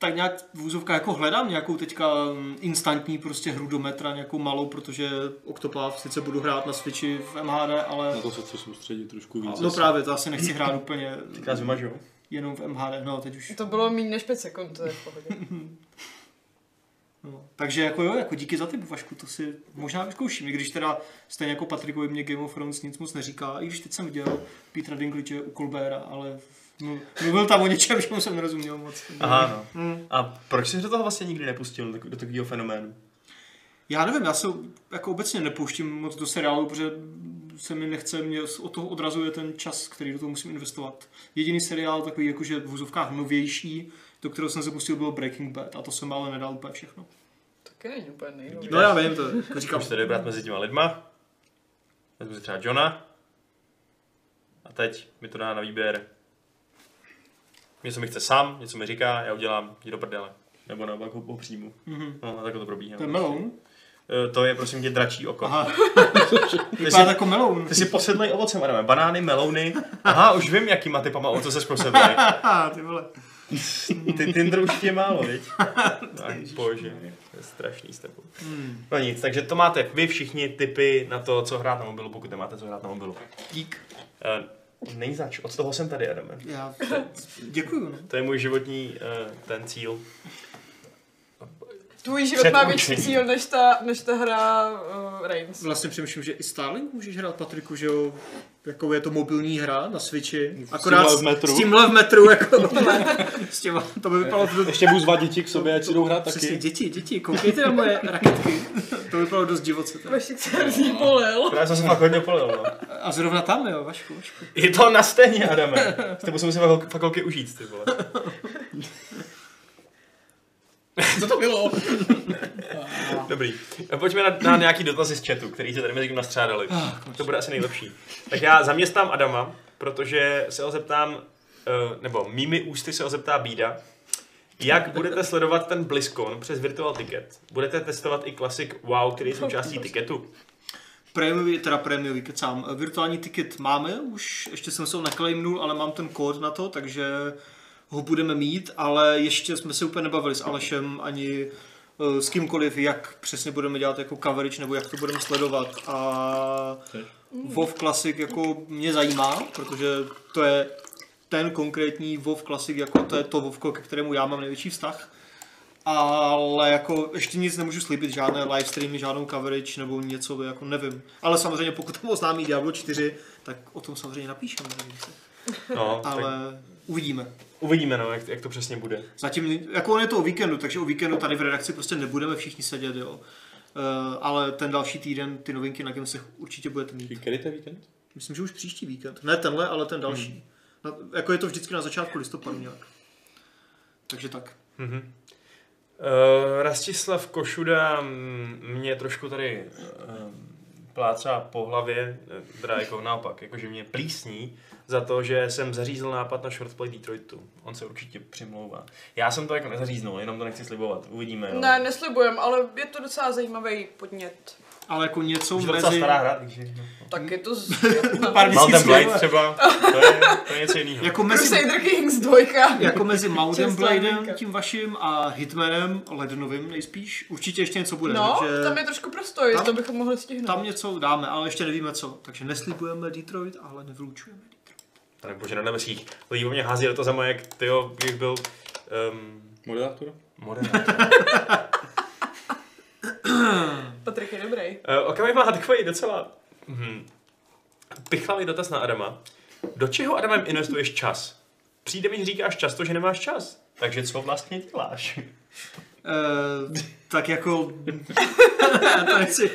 tak nějak v úzovkách jako hledám nějakou teďka mm, instantní prostě hru do metra, nějakou malou, protože Octopath sice budu hrát na Switchi v MHD, ale Na No to se chci soustředit trošku víc. no asi. právě to asi nechci hrát úplně Teď nás vymažou. jenom v MHD, no teď už. To bylo méně než 5 sekund, to je v pohodě. No. Takže jako jo, jako díky za ty Vašku, to si možná vyzkouším, i když teda stejně jako Patrikovi mě Game of Thrones nic moc neříká, i když teď jsem viděl Petra Dinklage'a u Colbera, ale mlu- mluvil tam o něčem, čemu jsem nerozuměl moc. Aha, no. Mm. A proč jsi do toho vlastně nikdy nepustil, do, do takového fenoménu? Já nevím, já se jako obecně nepouštím moc do seriálu, protože se mi nechce, mě od toho odrazuje ten čas, který do toho musím investovat. Jediný seriál takový jakože v vůzovkách novější, do kterého jsem se pustil, byl Breaking Bad a to jsem ale nedal úplně všechno. Taky není úplně nejnovější. No já vím, to jako Říkám, říkám. se dobrat mezi těma lidma. Vezmu si třeba Johna. A teď mi to dá na výběr. Něco mi chce sám, něco mi říká, já udělám, jdi do prdele. Nebo naopak ho, ho přijmu. Mhm. No a takhle to probíhá. To je meloun. Eh, To je prosím tě dračí oko. Aha, ty, jsi, vypadá jako meloun. ty jsi posedlej ovocem, Adame. Banány, melouny. Aha, už vím, jakýma typama ovoce seš posedlej. Aha, ty vole. Ty Tinder už ti je málo, viď? Tak, bože, to je strašný s tebou. No nic, takže to máte vy všichni typy na to, co hrát na mobilu, pokud nemáte co hrát na mobilu. Dík. Eh, Není zač, od toho jsem tady, Adame. Já děkuju, Hm. no. To je můj životní eh, ten cíl. Tvůj život má větší Předurčení. cíl než ta, než ta hra uh, Reigns. Vlastně přemýšlím, že i Starlink můžeš hrát, Patriku, že jo? Jako je to mobilní hra na Switchi. Akorát v metru. s tímhle v metru, jako s těma, to by vypadalo to, Ještě budu zvat děti k sobě, ať si jdou hrát Přesně, taky. děti, děti, koukejte na moje raketky. To vypadalo dost divoce. Teda. Vašik se hrozně polil. Právě jsem se fakt hodně polil, no. A zrovna tam, jo, Vašku, Vašku. Je to na stejně, Adame. S tebou jsem si fakt holky- fakt holky užít, ty vole. Co to bylo? Dobrý. Pojďme na, na nějaký dotazy z chatu, který se tady mezi tím nastřádali. Ah, To bude asi nejlepší. Tak já zaměstnám Adama, protože se ho zeptám, eh, nebo mými ústy se ho zeptá Bída, jak budete sledovat ten BlizzCon přes Virtual Ticket? Budete testovat i klasik WoW, který je součástí Vlastně. tiketu? Prémiový, teda prémiový, kecám. Eh, Virtuální tiket máme už, ještě jsem se ho neclaimnul, ale mám ten kód na to, takže ho budeme mít, ale ještě jsme se úplně nebavili s Alešem ani eh, s kýmkoliv, jak přesně budeme dělat jako coverage, nebo jak to budeme sledovat. A WoW Classic jako mě zajímá, protože to je ten konkrétní WoW Classic, jako to je to WoWko, ke kterému já mám největší vztah. Ale jako ještě nic nemůžu slíbit, žádné live streamy, žádnou coverage nebo něco, jako nevím. Ale samozřejmě pokud tam oznámí Diablo 4, tak o tom samozřejmě napíšeme. nevím co. No, tak Ale uvidíme. uvidíme, no, jak, jak to přesně bude. Zatím, jako on je to o víkendu, takže o víkendu tady v redakci prostě nebudeme všichni sedět, jo. Uh, ale ten další týden ty novinky na Gamesech určitě budete mít. Kdy to je víkend? Myslím, že už příští víkend. Ne tenhle, ale ten další. Hmm. Na, jako je to vždycky na začátku listopadu nějak. Takže tak. Uh, Mhm. Rastislav Košuda mm, mě trošku tady uh, plácá po hlavě, eh, teda jako naopak, jakože mě plísní za to, že jsem zařízl nápad na Shortplay Detroitu. On se určitě přimlouvá. Já jsem to jako nezaříznul, jenom to nechci slibovat. Uvidíme. Jo. Ne, neslibujem, ale je to docela zajímavý podnět. Ale jako něco Už je to docela mezi... stará hra, takže... Mhm. Tak je to z... Mountain Pár měsíců. Blade Prostě třeba. To je, to je něco jiného. Jako mezi, Crusader Kings 2. jako mezi Mountain Čistá linka. Bladem, tím vaším a Hitmanem, Lednovým nejspíš. Určitě ještě něco bude. No, takže... tam je trošku prostoj, Tam- to bychom mohli stihnout. Tam něco dáme, ale ještě nevíme co. Takže neslibujeme Detroit, ale nevylučujeme. Tady bože, na nebesích. Lidi po mě hází do toho za moje, jak, tyjo, jak byl... Um, Moderátor? moderátor. Patrik je dobrý. Uh, Okamžik má takový docela hmm, pichlavý dotaz na Adama. Do čeho, Adamem, investuješ čas? Přijde mi, že říkáš často, že nemáš čas. Takže co vlastně děláš? Uh, tak jako... to nechci.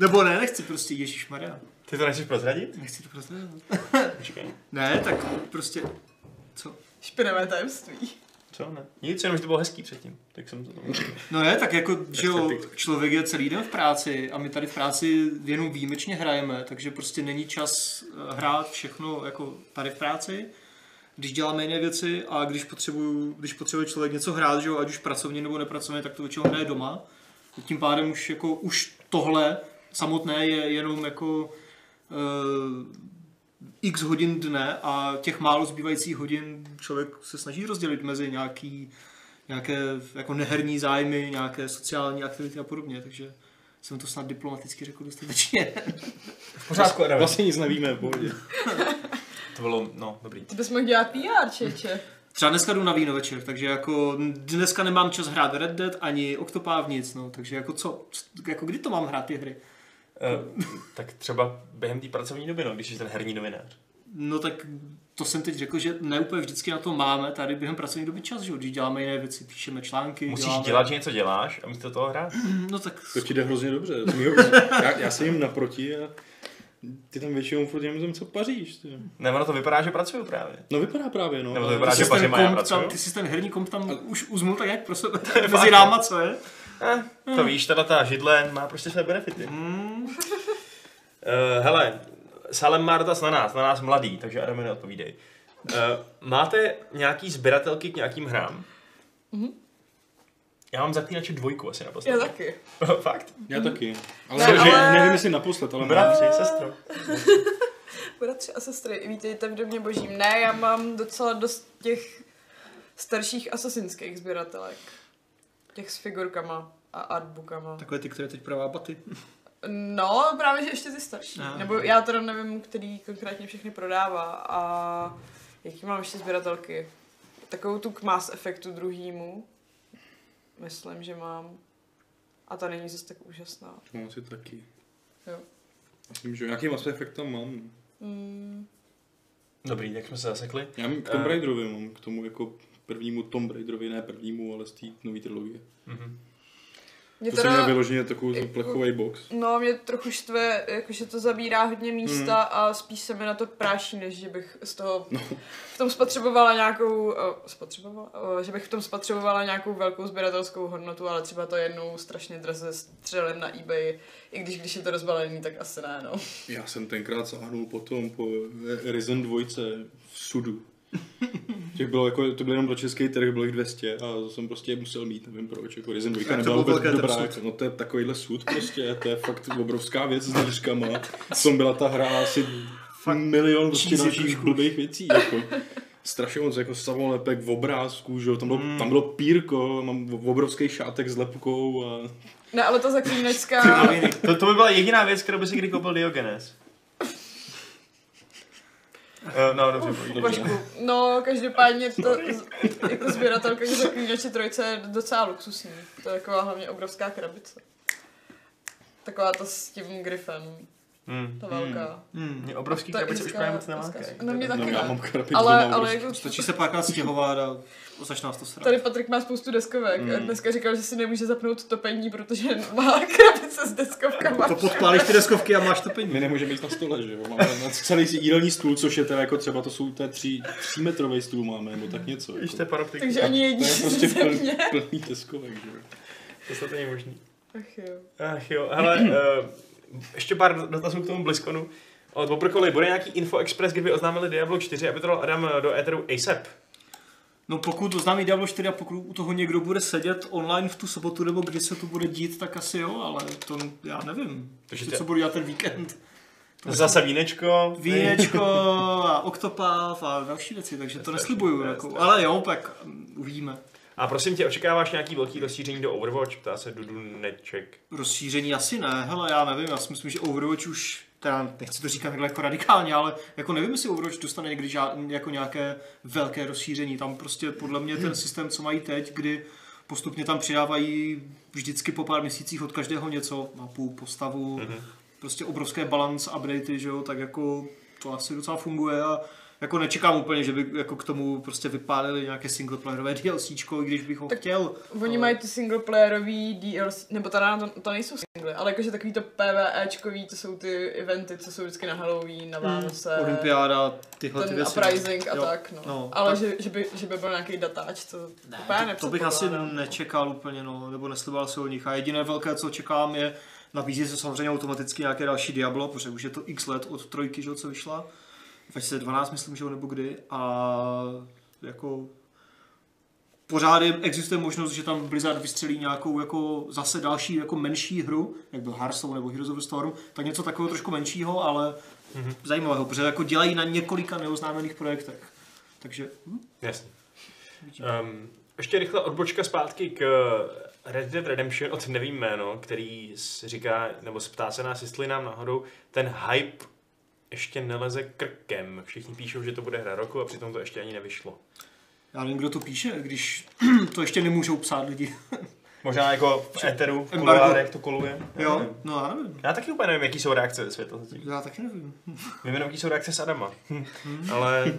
Nebo ne, nechci prostě, Ježíš Maria. Ty to nechceš prozradit? Nechci to prostě. Počkej. Ne, tak prostě... Co? Špinavé tajemství. Co? Ne. Nic, jenom, že to bylo hezký předtím. Tak jsem to tomu No ne, tak jako, že jo, člověk je celý den v práci a my tady v práci jenom výjimečně hrajeme, takže prostě není čas eh, hrát všechno jako tady v práci. Když děláme jiné věci a když, potřebuju, když potřebuje člověk něco hrát, že jo, ať už pracovně nebo nepracovně, tak to většinou hraje doma. Tím pádem už, jako, už tohle samotné je jenom jako eh, x hodin dne a těch málo zbývajících hodin člověk se snaží rozdělit mezi nějaký, nějaké jako neherní zájmy, nějaké sociální aktivity a podobně, takže jsem to snad diplomaticky řekl dostatečně. V pořádku, Adame. Vlastně nic nevíme, v pohodě. To bylo, no, dobrý. Ty bys mohl dělat PR, čeče. Třeba dneska jdu na víno večer, takže jako dneska nemám čas hrát Red Dead ani Octopath nic, no, takže jako co, jako kdy to mám hrát ty hry? Uh, tak třeba během té pracovní doby, no, když jsi ten herní novinář. No tak to jsem teď řekl, že ne úplně vždycky na to máme tady během pracovní doby čas, že jo, když děláme jiné věci, píšeme články, Musíš děláme... dělat, že něco děláš a místo toho hrát. No tak To ti jde hrozně dobře. Z mýho, já, já jsem jim naproti a ty tam většinou furt jenom tam, co paříš. Ty. Ne, ono to vypadá, že pracuju právě. No vypadá právě, no. Nebo to ale- vypadá, Ty že jsi, ten pařím a já komp tam, pracuju. ty jsi ten herní komp tam už uzmul tak jak pro sebe no. mezi náma, co je? Eh, to víš, teda ta židle má prostě své benefity. Mm. Uh, hele, Salem má dotaz na nás, na nás mladý, takže Adame neodpovídej. Uh, máte nějaký sběratelky k nějakým hrám? Mhm. Já mám zaklínače dvojku asi Já naposledy. taky. Fakt? Já taky. Ale, Ne, že, ale- nevím, jestli naposled, ale mám. Bratři, sestro. Bratři a sestry, vítejte v domě božím. Ne, já mám docela dost těch starších asasinských sběratelek. Těch s figurkama a artbookama. Takové ty, které teď pravá baty. No, právě, že ještě ty starší. Aha. Nebo já teda nevím, který konkrétně všechny prodává a jaký mám ještě sběratelky. Takovou tu k Mass Effectu druhýmu. Myslím, že mám. A ta není zase tak úžasná. Mám si No, taky. Jo. Myslím, že nějaký Mass Effect tam mám. Mm, Dobrý, tak jsme se zasekli. Já mám k Eh. Tomb Raiderovi, mám k tomu jako prvnímu Tomb Raiderovi, ne prvnímu, ale z té nové trilogie. mě To jsem měl teda, vyloženě takovou plechový box. no, mě trochu štve, jakože to zabírá hodně místa a spíš se mi na to práší, než že bych z toho v tom spotřebovala nějakou, eh, spotřebovala, Eh, že bych v tom spotřebovala nějakou velkou sběratelskou hodnotu, ale třeba to jednou strašně draze střelem na eBay, i když když je to rozbalený, tak asi ne, no. Já jsem tenkrát sáhnul potom po eh, Risen 2 v sudu. Těch bylo jako, to bylo jenom pro český trh, bylo jich 200 a to jsem prostě musel mít, nevím proč, jako Risen 2 nebyla byl vůbec velký ten dobrá, sud? jako, no to je takovýhle sud prostě, to je fakt obrovská věc s dveřkama, v tom byla ta hra asi fakt milion prostě cheesy dalších trošku. blbých věcí, jako. strašně moc jako samolepek v obrázku, že jo, tam bylo, mm. tam bylo pírko, mám v- obrovský šátek s lepkou a Ne, ale ta zaklínačská... To, to by byla jediná věc, kterou by si kdy koupil Diogenes. Eh, No, dobře, pojď. Vašku, no každopádně to z- jako sběratelka jako zaklínači trojce je docela luxusní. To je taková hlavně obrovská krabice. Taková ta s tím grifem, Hmm. ta velká. Mě obrovský Ta krabice už irská- právě moc irská- nelákají. No mě no, taky já mám ne. krabici Ale, doma ale obrovskou. jako Stačí se párkrát stěhovat a začne nás to srát. Tady Patrik má spoustu deskovek. Hmm. Mm. Dneska říkal, že si nemůže zapnout topení, protože má krabice s deskovkama. To podpálíš ty deskovky a máš to peníze. My nemůžeme jít na stole, že jo, máme na celý jídelní stůl, což je teda jako třeba to jsou ten tří, třímetrový stůl máme, nebo tak něco. Víš, to je Jako. paroptik, Takže ani jední To je prostě ze plný, mě. plný deskovek, že jo. to snad není možný. Ach jo. Ach jo, hele, uh, ještě pár dotazů k tomu Blizzconu. Od Bobrkoli, bude nějaký Info Express, kdyby oznámili Diablo 4, aby to dal Adam eh, do Etheru ASAP. No pokud oznámí Diablo 4 a pokud u toho někdo bude sedět online v tu sobotu nebo kdy se to bude dít, tak asi jo, ale to já nevím. Takže Takže ty- co budu dělat ten víkend. Zase vínečko. Víječko a Octopath a další věci, takže to neslibuju. Jako. Ale jo, tak mm, uvidíme. A prosím tě, očekáváš nějaký velký rozšíření do Overwatch? Ptá se Dudu Neček. Rozšíření asi ne, hele, já nevím, já si myslím, že Overwatch už, teda nechci to říkat takhle jako radikálně, ale jako nevím, jestli Overwatch dostane někdy žád, jako nějaké velké rozšíření, tam prostě podle mě ten systém, co mají teď, kdy postupně tam přidávají vždycky po pár měsících od každého něco, mapu, postavu, prostě obrovské balance updaty, že jo, tak jako to asi docela funguje a jako nečekám úplně, že by jako k tomu prostě vypálili nějaké singleplayerové DLCčko, i když bych ho Tak chtěl. Oni ale- mají ty singleplayerový DLC, nebo teda to, to nejsou singly, ale jakože takový to PvEčkový, to jsou ty eventy, co jsou vždycky na Halloween, na Vánoce, Hmm. Olympiáda, tyhle ty ten věci. uprising a Jo. tak, no. No, ale tak- Že, že, by, že by byl nějaký datáč, to ne, úplně To, to bych asi nepředpokládám. nečekal úplně, no, nebo nesliboval se od nich. A jediné velké, co čekám, je, nabízí se samozřejmě automaticky nějaké další Diablo, protože už je to x let od trojky, že, jo, co vyšla. 2012, myslím, že jo, nebo kdy. A jako pořád je, existuje možnost, že tam Blizzard vystřelí nějakou jako zase další jako menší hru, jak byl Hearthstone nebo Heroes of the Storm, tak něco takového trošku menšího, ale mm-hmm. zajímavého, protože jako dělají na několika neoznámených projektech. Takže hm, Jasně. Um, ještě rychle odbočka zpátky k eh, Red Dead Redemption od nevím jméno, který s- říká, nebo se ptá se nás, jestli nám náhodou ten hype ještě neleze krkem. Všichni píšou, že to bude hra roku a přitom to ještě ani nevyšlo. Já nevím, kdo to píše, když to ještě nemůžou psát lidi. Možná jako v Etheru, v Embargo. kuloáru, jak to koluje. Jo? No já nevím. Já taky úplně nevím, jaký jsou reakce ze světa. zatím. Já taky nevím. Vím jenom, jaký jsou reakce s Adama. Hm. Ale...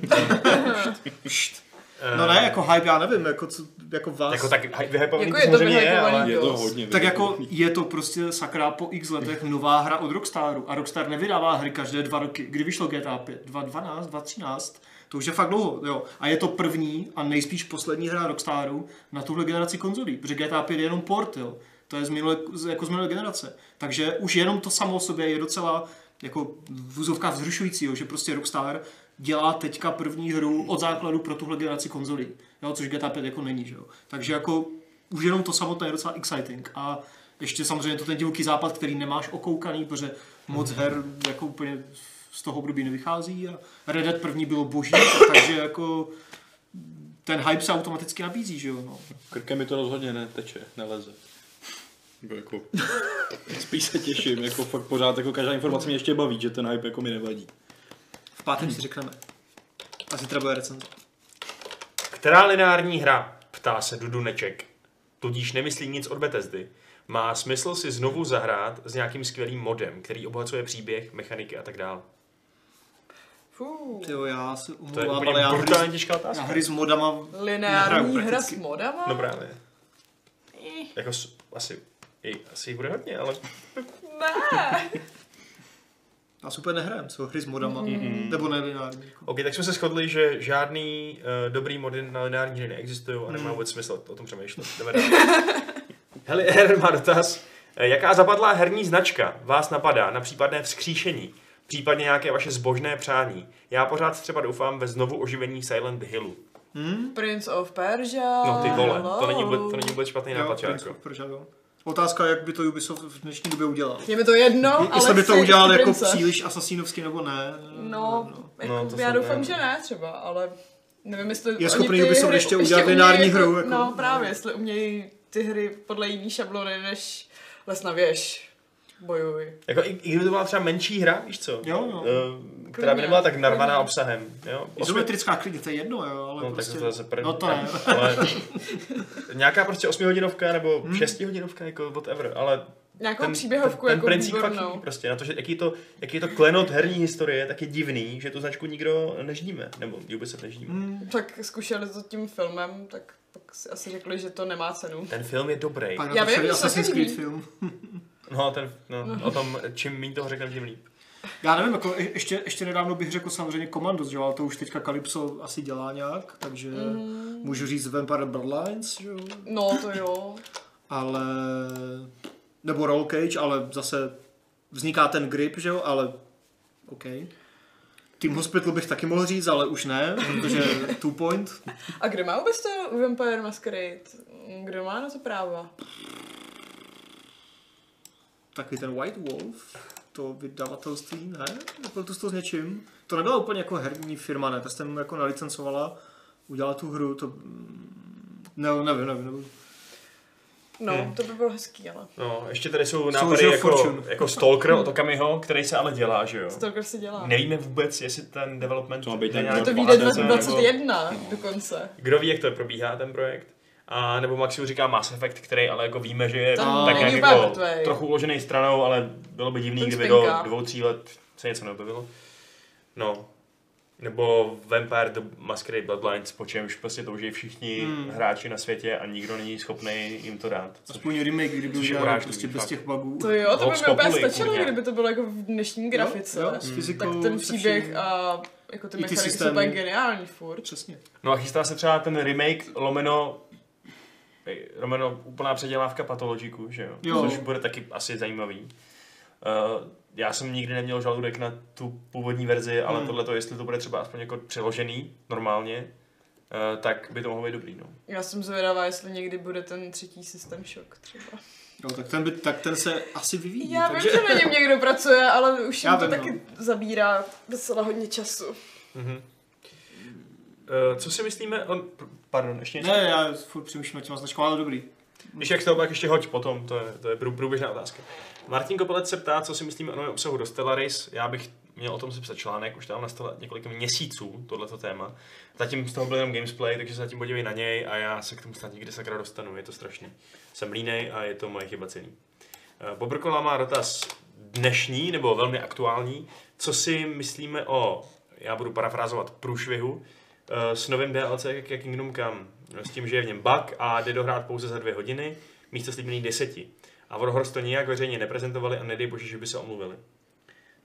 eh, No ne, jako hype, já nevím, jako, co, jako vás. Jako tak hy- vyhypovaný Jako to je to samozřejmě je, vyhypovaný ale... Je to dost. hodně. tak jako je to prostě sakra po x letech nová hra od Rockstaru a Rockstar nevydává hry každé dva roky. Kdy vyšlo GTA 5? 2012, 2013? To už je fakt dlouho, jo. A je to první a nejspíš poslední hra Rockstaru na tuhle generaci konzolí, protože GTA 5 je jenom port, jo. To je z minulé, z- jako z minulé generace. Takže už jenom to samo o sobě je docela jako v úzovkách vzrušující, jo, že prostě Rockstar dělá teďka první hru od základu pro tuhle generaci konzolí, jo, což GTA 5 jako není, že jo. Takže jako už jenom to samotné je docela exciting a ještě samozřejmě to ten divoký západ, který nemáš okoukaný, protože moc her jako úplně z toho období nevychází a Red Dead první bylo boží, takže jako ten hype se automaticky nabízí, že jo, no. Krkem mi to rozhodně neteče, neleze. Nebo jako, spíš se těším, jako fakt pořád, jako každá informace mě ještě baví, že ten hype jako mi nevadí. V pátek si řekneme. A zítra bude recenze. Která lineární hra, ptá se Dudu Neček, tudíž nemyslí nic od Bethesdy, má smysl si znovu zahrát s nějakým skvělým modem, který obohacuje příběh, mechaniky a tak dále. Fů, Jo, já se To je omlouvám, úplně ale já hry, brutálně těžká já otázka. hry s modama lineární Nehraju hra s prakticky. modama? No právě. Jako s- asi, i- asi jich bude hodně, ale Ne, já super nehrajem, jsou hry s modama, mm-hmm. nebo nelineární. jako. OK, tak jsme se shodli, že žádný uh, dobrý mody na lineární hry neexistují a Hmm. nemá vůbec smysl o tom přemýšlet. Jdeme dál. Heli, Eren má dotaz. Eh, Jaká zapadlá herní značka vás napadá na případné vzkříšení? Případně nějaké vaše zbožné přání. Já pořád třeba doufám ve znovu oživení Silent Hillu. Prince of Persia. No ty vole, to není vůbec, hello. to není vůbec špatný Oh, Jo, nápad, Prince Čárko. of Persia, jo. Otázka, jak by to Ubisoft v dnešní době udělal. Je mi to jedno, ale Jestli by to chci udělal jako prince. příliš asasínovsky nebo ne. No, jako, No, to já snad doufám, ne. že ne třeba, ale Nevím, jestli Je oni schopný ty Ubisoft hry ještě ještě udělat umějí lineární hru, jako- No právě, jestli umějí ty hry podle jiný šablony než Les na věž. Bojuj. Jako i, i kdyby to byla třeba menší hra, víš co? Jo, no. jo. Eh, která by nebyla tak narvaná obsahem. Jo? Osmi, Izometrická klidně, to je jedno, jo, ale no, tak prostě... to zase první. no to ne. Ale nějaká prostě osmihodinovka nebo hmm. šestihodinovka, jako whatever, ale Nějakou ten, příběhovku ten, ten jako princip fakt výbornou. chybí prostě na to, že jaký je to, jaký je to klenot herní historie, tak je divný, že tu značku nikdo neždíme, nebo Ubisoft neždíme. Hmm. Tak zkušeli to tím filmem, tak pak si asi řekli, že to nemá cenu. Ten film je dobrý. Pak na Já to vím, šel že Assassin's to je Creed divný. film. No, ten, no, o tom, čím méně toho řekneme, tím líp. Já nevím, jako je- ještě, ještě nedávno bych řekl samozřejmě Commandos, že jo, ale to už teďka Calypso asi dělá nějak, takže Mhm. mm. můžu říct Vampire Bloodlines, že jo, No to jo. ale... Nebo Roll Cage, ale zase vzniká ten grip, že jo, ale OK. Team Hospital bych taky mohl říct, ale už ne, protože two point. A kdo má vůbec to Vampire Masquerade? Kdo má na to práva? Taky ten White Wolf, to vydavatelství, ne? Byl to s to s něčím. To nebyla úplně jako herní firma, ne? Ta jste mu jako nalicencovala, udělala tu hru, to... mm, Ne, nevím, nevím, nevím. No, hmm. to by bylo hezký, ale. No, ještě tady jsou že nápady jo, jako, Fortune. jako Stalker od Okamiho, který se ale dělá, že jo? Stalker jako se dělá. Nevíme vůbec, jestli ten development... To má být jde nějak- nějak- to vyjde Vláda, jako- 2021 dokonce. Kdo ví, jak to probíhá ten projekt? A nebo Maxiu říká Mass Effect, který ale jako víme, že je Tam tak není nějak úplně jako mrtvej. trochu uložený stranou, ale bylo by divný, Ten kdyby do spinká. dvou, tří let se něco neobjevilo. No. Nebo Vampire the Masquerade Bloodlines, po čemž prostě touží všichni hmm. hráči na světě a nikdo není schopný jim to dát. Což Aspoň remake, kdyby což je udělali urážlivý, prostě bez fakt. těch bugů. To jo, to by Vox mi úplně populi, stačilo, kurňa. kdyby to bylo jako v dnešní grafice. jo, s fyzikou, tak ten se příběh vším. a jako I ty ty mechaniky jsou systémy. úplně geniální furt. Přesně. No a chystá se třeba ten remake lomeno ej, lomeno úplná předělávka patologiku, že jo? Jo. Což bude taky asi zajímavý. Uh, já jsem nikdy neměl žaludek na tu původní verzi, ale Hmm. tohle to, jestli to bude třeba aspoň jako přeložený normálně, uh, tak by to mohlo být dobrý, no. Já jsem zvědavá, jestli někdy bude ten třetí systém šok třeba. Jo, tak ten, by, tak ten se asi vyvíjí. Já vím, takže... že na něm někdo pracuje, ale už Já jim to vím, no. taky zabírá docela hodně času. Uh, Mhm. co si myslíme? On, pardon, ještě něco? Ne, já furt přemýšlím nad těma značkama, ale dobrý. Když jak to, pak ještě hoď potom, to je, to je prů- průběžná otázka. Martin Kopelec se ptá, co si myslíme o novém obsahu do Stellaris. Já bych měl o tom sepsat článek, už tam na stole několik měsíců, tohleto téma. Zatím z toho byl jenom gamesplay, takže se zatím podívej na něj a já se k tomu snad někdy sakra dostanu, je to strašný. Jsem línej a je to moje chyba celý. Eh, Bobrkola má dotaz dnešní, nebo velmi aktuální. Co si myslíme o, já budu parafrázovat, průšvihu, eh, s novým DLC ke Kingdom Come, s tím, že je v něm bug a jde dohrát pouze za dvě hodiny, místo slíbených deseti. A Warhorse to nijak veřejně neprezentovali a nedej bože, že by se omluvili.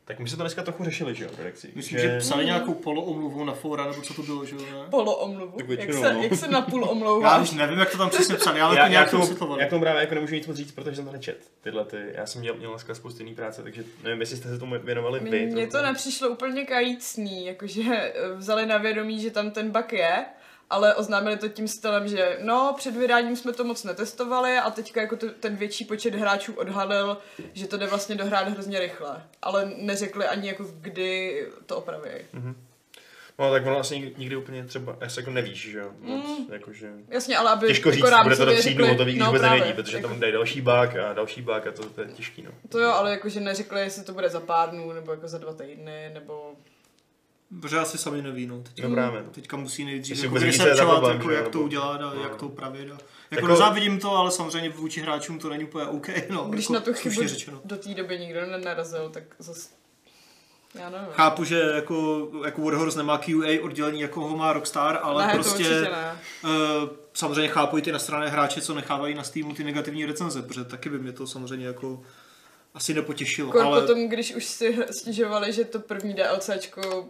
Tak my jsme to dneska trochu řešili, že jo, v redakci. Myslím, že psali nějakou poloomluvu na fóra, nebo co to bylo, že jo? ne? Poloomluvu. Jak většinou, se, no. jak se napůl Já omlouvá. už nevím, jak to tam přesně psali, ale já, to já, nějak k to tomu, vysvětlovali. já k tomu právě jako nemůžu nic moc říct, protože jsem to nečet. Tyhle ty, já jsem dělal, měl dneska spoustu jiný práce, takže nevím, jestli jste se tomu věnovali vy. Mně trochu. to nepřišlo úplně kajícný, jakože eh, vzali na vědomí, že tam ten bug je, ale oznámili to tím stylem, že no, před vydáním jsme to moc netestovali a teďka jako to, ten větší počet hráčů odhalil, že to jde vlastně dohrát hrozně rychle. Ale neřekli ani jako kdy to opraví. Mhm. No tak ono vlastně nik- nikdy úplně třeba, já se jako nevíš, že jo, moc, Mm. jakože... Jasně, ale aby... jako Těžko říct, rámcově bude to do tří řekli- dnů, to ví, když vůbec právě, nevědí, protože jako, tam dají další bug a další bug a to, to je těžký, no. To jo, ale jakože neřekli, jestli to bude za pár dnů, nebo jako za dva týdny, nebo... Protože asi sami neví, no. Teď. Mm. No právě, no. Teďka musí nejdřív Jestli jako vůbec víte, researchovat, za problém, jako, že jo, jak to nebo- udělat a no. jak to upravit. A... Jako, Jako- nezávidím to, ale samozřejmě vůči hráčům to není úplně OK. No, Když jako, na tu chybu slušně řečeno. do té doby nikdo nenarazil, tak zase... Já nevím. Chápu, že jako, jako Warhorse nemá QA oddělení, jako ho má Rockstar, ale ne, to prostě určitě ne. eh, samozřejmě chápu i ty nastrané hráče, co nechávají na Steamu ty negativní recenze, protože taky by mě to samozřejmě jako asi nepotěšilo, Kor ale... ale potom, když už si hr- stěžovali, že to první DLCčko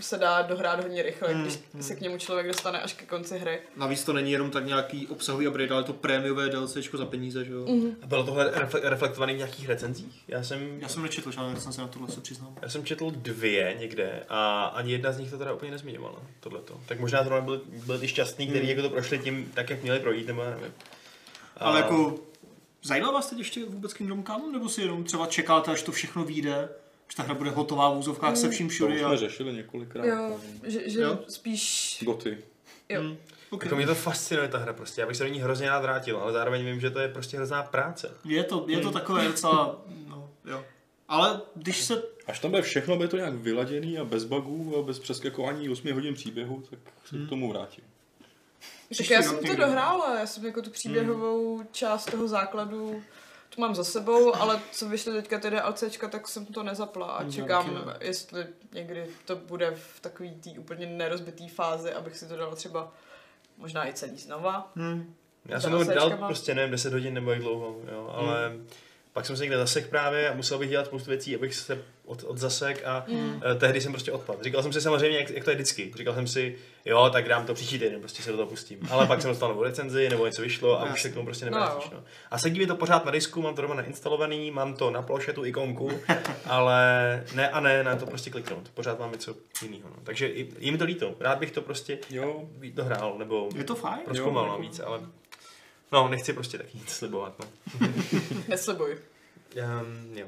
se dá dohrát hodně rychle, Hmm, hmm, když se k němu člověk dostane až ke konci hry. navíc to není jenom tak nějaký obsahový upgrade, ale to prémiové DLCčko za peníze, že jo? Mhm. Mm-hmm. A bylo tohle refle- reflektované v nějakých recenzích? Já jsem, Já jsem nečetl žádné recenze na tohle, se přiznám. já jsem četl dvě někde a ani jedna z nich to teda úplně nezmiňovala, tohleto. Tak možná zrovna byli, byli ty šťastní, Mm. kteří jako to prošli tím, tak jak měli projít, nebo já nevím. A- Ale jako, zajímá vás teď ještě vůbec Kingdom Come? Nebo si jenom třeba čekáte, až to všechno vyjde? Že ta hra bude hotová v úzovkách se vším To všudy už a... jsme řešili několikrát. Jo, no. že, že Jo. spíš Goty. Jo. Hm. Okay. Jako mě to fascinuje ta hra prostě, já bych se do ní hrozně rád vrátil, ale zároveň vím, že to je prostě hrozná práce. Je to, je to takové docela, no jo. Ale když se Až tam bude všechno, bude to nějak vyladěný a bez bugů a bez přeskakování 8 hodin příběhu, tak se Hmm. k tomu vrátím. Tak já Příští jsem rok to někdy. Hmm. dohrála, já jsem jako tu příběhovou část toho základu tu mám za sebou, ale co vyšly teďka ty DLCčka, tak jsem to nezapla a Hmm, taky čekám, jestli někdy to bude v takový tý úplně nerozbitý fázi, abych si to dala třeba možná i celý znova. Já Ta Hmm. jsem to lasačka dal má- prostě, nevím, 10 hodin nebo jak dlouho, jo, ale pak jsem se někde zasek právě a musel bych dělat spoustu věcí, abych se od, od zasek a Hmm. eh, tehdy jsem prostě odpadl. Říkal jsem si samozřejmě, jak, jak to je vždycky. Říkal jsem si, jo, tak dám to příští týden, prostě se do toho pustím. Ale pak jsem dostal novou recenzi nebo něco vyšlo a už se k tomu prostě nevrátíš. No No. A sedí mi to pořád na disku, mám to doma nainstalovaný, mám to na ploše, tu ikonku, ale ne a ne, na to prostě kliknout. Pořád mám něco jiného. No. Takže i- je mi to líto, rád bych to prostě Jo, dohrál nebo Je to fajn, Proskoumal no, víc, ale no, nechci prostě taky nic slibovat. No. Neslibuj. Um, jo.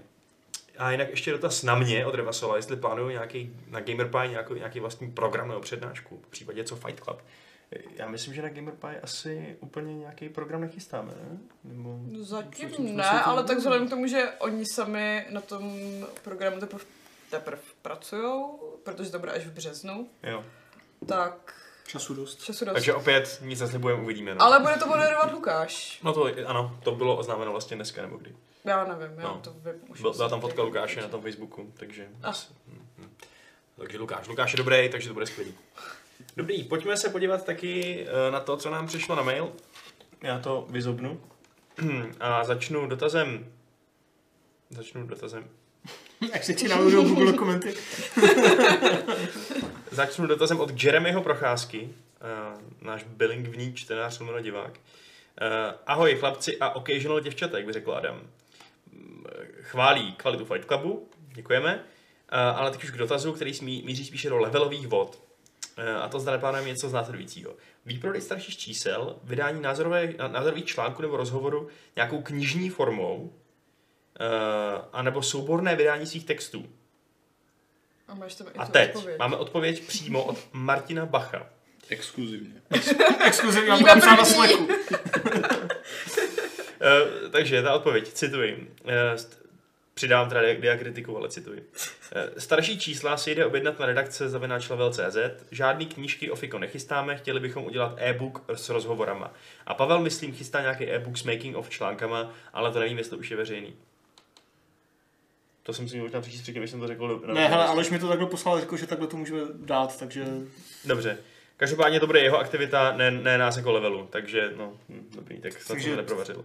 A jinak ještě dotaz na mě od Revasola, jestli plánuju nějaký, na GamerPie nějaký, nějaký vlastní program nebo přednášku, v případě co Fight Club. Já myslím, že na GamerPie asi úplně nějaký program nechystáme, ne? Nebo... Zatím ne, ale tak vzhledem k tomu, že oni sami na tom programu teprve teprv pracují, protože to bude až v březnu, Jo. tak času dost. času dost. Takže opět nic neslibujeme, uvidíme. No. Ale bude to moderovat Lukáš. No to, ano, to bylo oznámeno vlastně dneska nebo kdy. Já nevím, já No. no. to vím. už Byl, asi byla tam někdy. fotka Lukáše na tom Facebooku, takže... A. asi- hm, hm. Takže Lukáš. Lukáš je dobrý, takže to bude skvělý. Dobrý, pojďme se podívat taky eh, na to, co nám přišlo na mail. Já to vyzobnu. A začnu dotazem... Začnu dotazem... Jak se ti nahořou Google dokumenty. Začnu dotazem od Jeremyho Procházky, eh, náš bilingvní čtenář lomeno divák. Eh, Ahoj chlapci a occasional děvčata, jak by řekl Adam. Mm, Chválí kvalitu Fight Clubu, děkujeme, Eh, ale teď už k dotazu, který smí- míří spíše do levelových vod. Eh, A to zda neplánujeme něco z následujícího. Výprodej starších čísel, vydání názorové, názorových článků nebo rozhovoru nějakou knižní formou, eh, anebo souborné vydání svých textů. A máš tam i A tu teď odpověď. máme odpověď přímo od Martina Bacha. Exkluzivně. Exkluzivní, já Víme to na první. sleku. Eh, takže ta odpověď, cituji. Eh, st- přidám teda dia- diakritiku, ale cituji. Eh, starší čísla si jde objednat na redakce zavináčlevel.cz. Žádný knížky o Fiko nechystáme, chtěli bychom udělat e-book s rozhovorama. A Pavel, myslím, chystá nějaký e-book s making of článkama, ale to nevím, jestli už je veřejný. To jsem si možná příští předtím, než jsem to řekl. do- Ne, hele, Aleš mi to takhle poslal, jako, že takhle to můžeme dát, takže... Dobře. Každopádně to bude jeho aktivita, ne, ne nás jako levelu, takže no, hm, dobrý, tak snad jsem Takže- to neprovařil.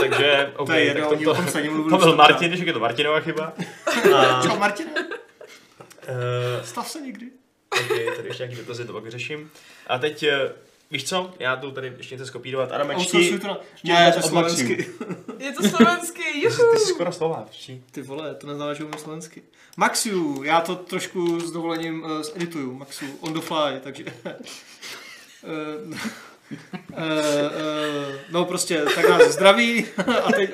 takže, ok, To je jedno, tak oni to, o tom se nemluvili. to byl stokrát. Martin, když je to Martinova chyba. Čau Martine, Uh, stav se někdy. okay, tady ještě nějaký dotazy, to pak vyřeším. A teď, eh, víš co, já tu tady ještě něco skopírovat. Adame, čti, Outsourcuj to na... Ne, to je od slovensky. Je to slovenský, juhu! ty jsi skoro slova. Ty vole, to neznamená, že umím slovensky. Maxiu, já to trošku s dovolením uh, edituju, Maxiu, on the fly, takže... uh, no prostě, tak nás zdraví a teď,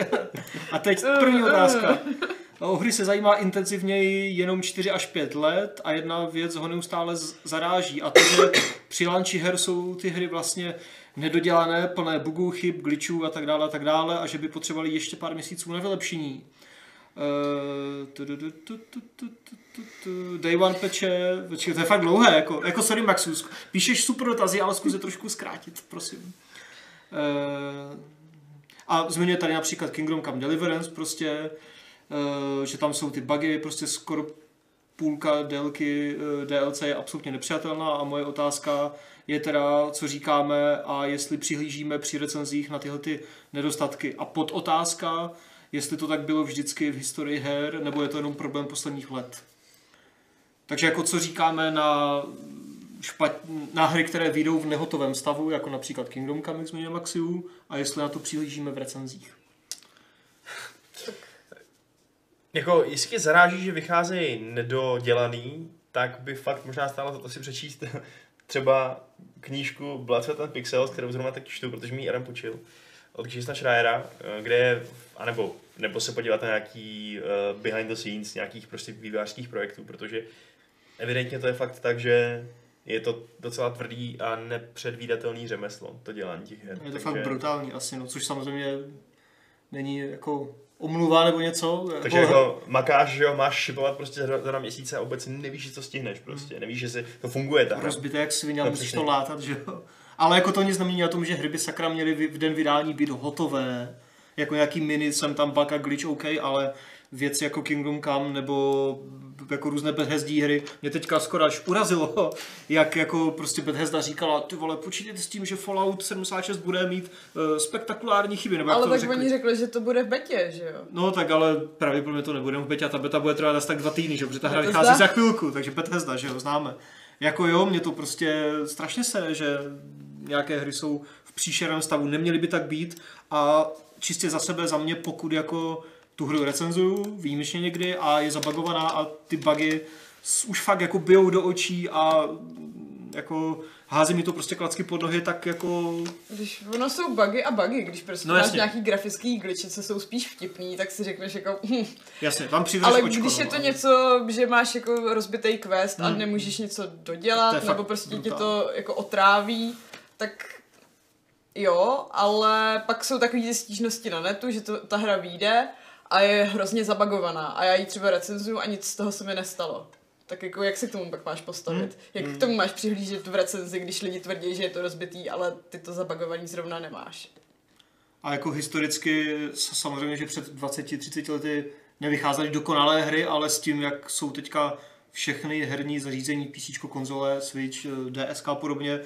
a teď první otázka. No, O hry se zajímá intenzivněji jenom 4 až 5 let a jedna věc ho neustále z- zaráží a to, že při lanči her jsou ty hry vlastně nedodělané, plné bugů, chyb, glitchů a tak dále a tak dále a že by potřebovali ještě pár měsíců na vylepšení. Eh, tu, tu, tu, tu, tu, tu, tu, tu, tu. Day one peče, počkej, to je fakt dlouhé, jako, jako sorry Maxu, sk- píšeš super dotazy, ale zkus je trošku zkrátit, prosím. Eh, a zmiňuje tady například Kingdom Come Deliverance prostě, eh, že tam jsou ty bugy, prostě skoro půlka délky eh, DLC je absolutně nepřijatelná a moje otázka je teda, co říkáme a jestli přihlížíme při recenzích na tyhle ty nedostatky. A podotázka, jestli to tak bylo vždycky v historii her, nebo je to jenom problém posledních let. Takže jako co říkáme na, špat, na hry, které vyjdou v nehotovém stavu, jako například Kingdom Come, jak zmínil Maxiu, a jestli na to přihlížíme v recenzích. Jako, jestli tě zaráží, že vycházejí nedodělaný, tak by fakt možná stálo za to si přečíst třeba knížku Blood, Sweat and Pixels, kterou zrovna teď čtu, protože mi ji Adam půjčil, od Krista Schreiera, eh, kde je, anebo, nebo se podívat na nějaký eh, behind the scenes, nějakých prostě vývářských projektů, protože evidentně to je fakt tak, že Je to docela tvrdý a nepředvídatelný řemeslo, to dělání těch her. Je to fakt brutální asi, no, což samozřejmě není jako omluva nebo něco. Takže jako makáš, že jo, máš šipovat prostě za, za dva měsíce a vůbec nevíš, co stihneš prostě. Nevíš, že si to funguje tak. rozbité jak svině, ale No, musíš přesně. to látat, že jo. Ale jako to nic nemění na tom, že hry by sakra měly vy- v den vydání být hotové. Jako nějaký mini, jsem tam bug a glitch, OK, ale věci jako Kingdom Come nebo b- jako různé Bethesdí hry. Mě teďka skoro až urazilo, jak jako prostě Bethesda říkala, ty vole, počítejte s tím, že Fallout 76 bude mít uh, spektakulární chyby, nebo jak Ale to tak řekli. oni řekli, že to bude v betě, že jo? No tak ale pravděpodobně to nebudeme v betě a ta beta bude trvat asi tak dva týdny, že? jo, protože ta hra Bethesda? vychází za chvilku, takže Bethesda, že jo, známe. Jako jo, mě to prostě strašně se, že nějaké hry jsou v příšerném stavu, neměly by tak být a čistě za sebe, za mě, pokud jako tu hru recenzuju výjimečně někdy a je zabagovaná a ty bugy s- už fakt jako bijou do očí a mm, jako hází mi to prostě klacky pod nohy, tak jako Když ono jsou bugy a bugy, když prostě No no, máš jasně. nějaký grafický glitche, co jsou spíš vtipný, tak si řekneš jako, hm, jasně, tam přivedeš ale očko, když je no, to ale- něco, že máš jako rozbitý quest a nemůžeš něco To je dodělat, fakt nebo prostě tě brutální. to jako otráví, tak jo, ale pak jsou takové ty stížnosti na netu, že to, ta hra vyjde a je hrozně zabagovaná a já ji třeba recenzuju a nic z toho se mi nestalo. Tak jako jak se k tomu pak máš postavit? Hmm. Jak k tomu máš přihlížet v recenzi, když lidi tvrdí, že je to rozbitý, ale ty to zabagovaný zrovna nemáš? A jako historicky s- samozřejmě, že před 20-30 lety nevycházely dokonalé hry, ale s tím, jak jsou teďka všechny herní zařízení, PC, konzole, Switch, eh, DSK a podobně,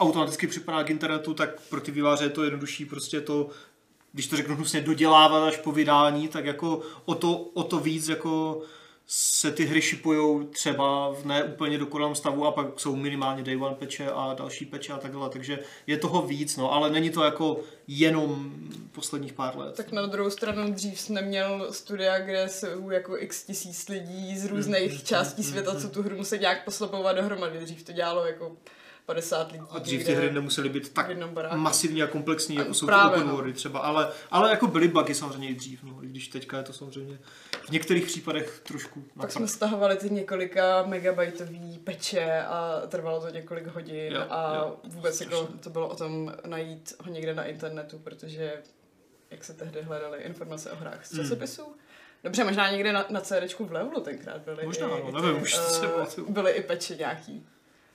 automaticky připadá k internetu, tak pro ty výváře je to jednodušší prostě to, když to řeknu hnusně, dodělávat až po vydání, tak jako o to, o to víc jako se ty hry šipujou třeba v ne úplně dokonalém stavu a pak jsou minimálně day one peče a další peče a takhle, takže je toho víc, no, ale není to jako jenom posledních pár let. Tak na druhou stranu dřív jsi neměl studia, kde jsou jako x tisíc lidí z Mm, různých částí světa, co tu hru musí nějak poslapovat dohromady. Dřív to dělalo jako 50 lidí. A dřív ty někde hry nemusely být tak v jednom baráku. masivní a komplexní, jako jsou právě, ty open no. worldy třeba, ale, ale jako byly bugy samozřejmě i dřív, no, i když teďka je to samozřejmě v některých případech trošku Pak jsme stahovali ty několika megabajtový peče a trvalo to několik hodin Jo, a jo, vůbec jako strašně. to bylo o tom najít ho někde na internetu, protože jak se tehdy hledaly informace o hrách Hmm. z časopisů. Dobře, možná někde na, na CDčku v levelu tenkrát byly. Možná, i, no, i nevím, už to se eh, pamatuju. Byly i peče nějaký.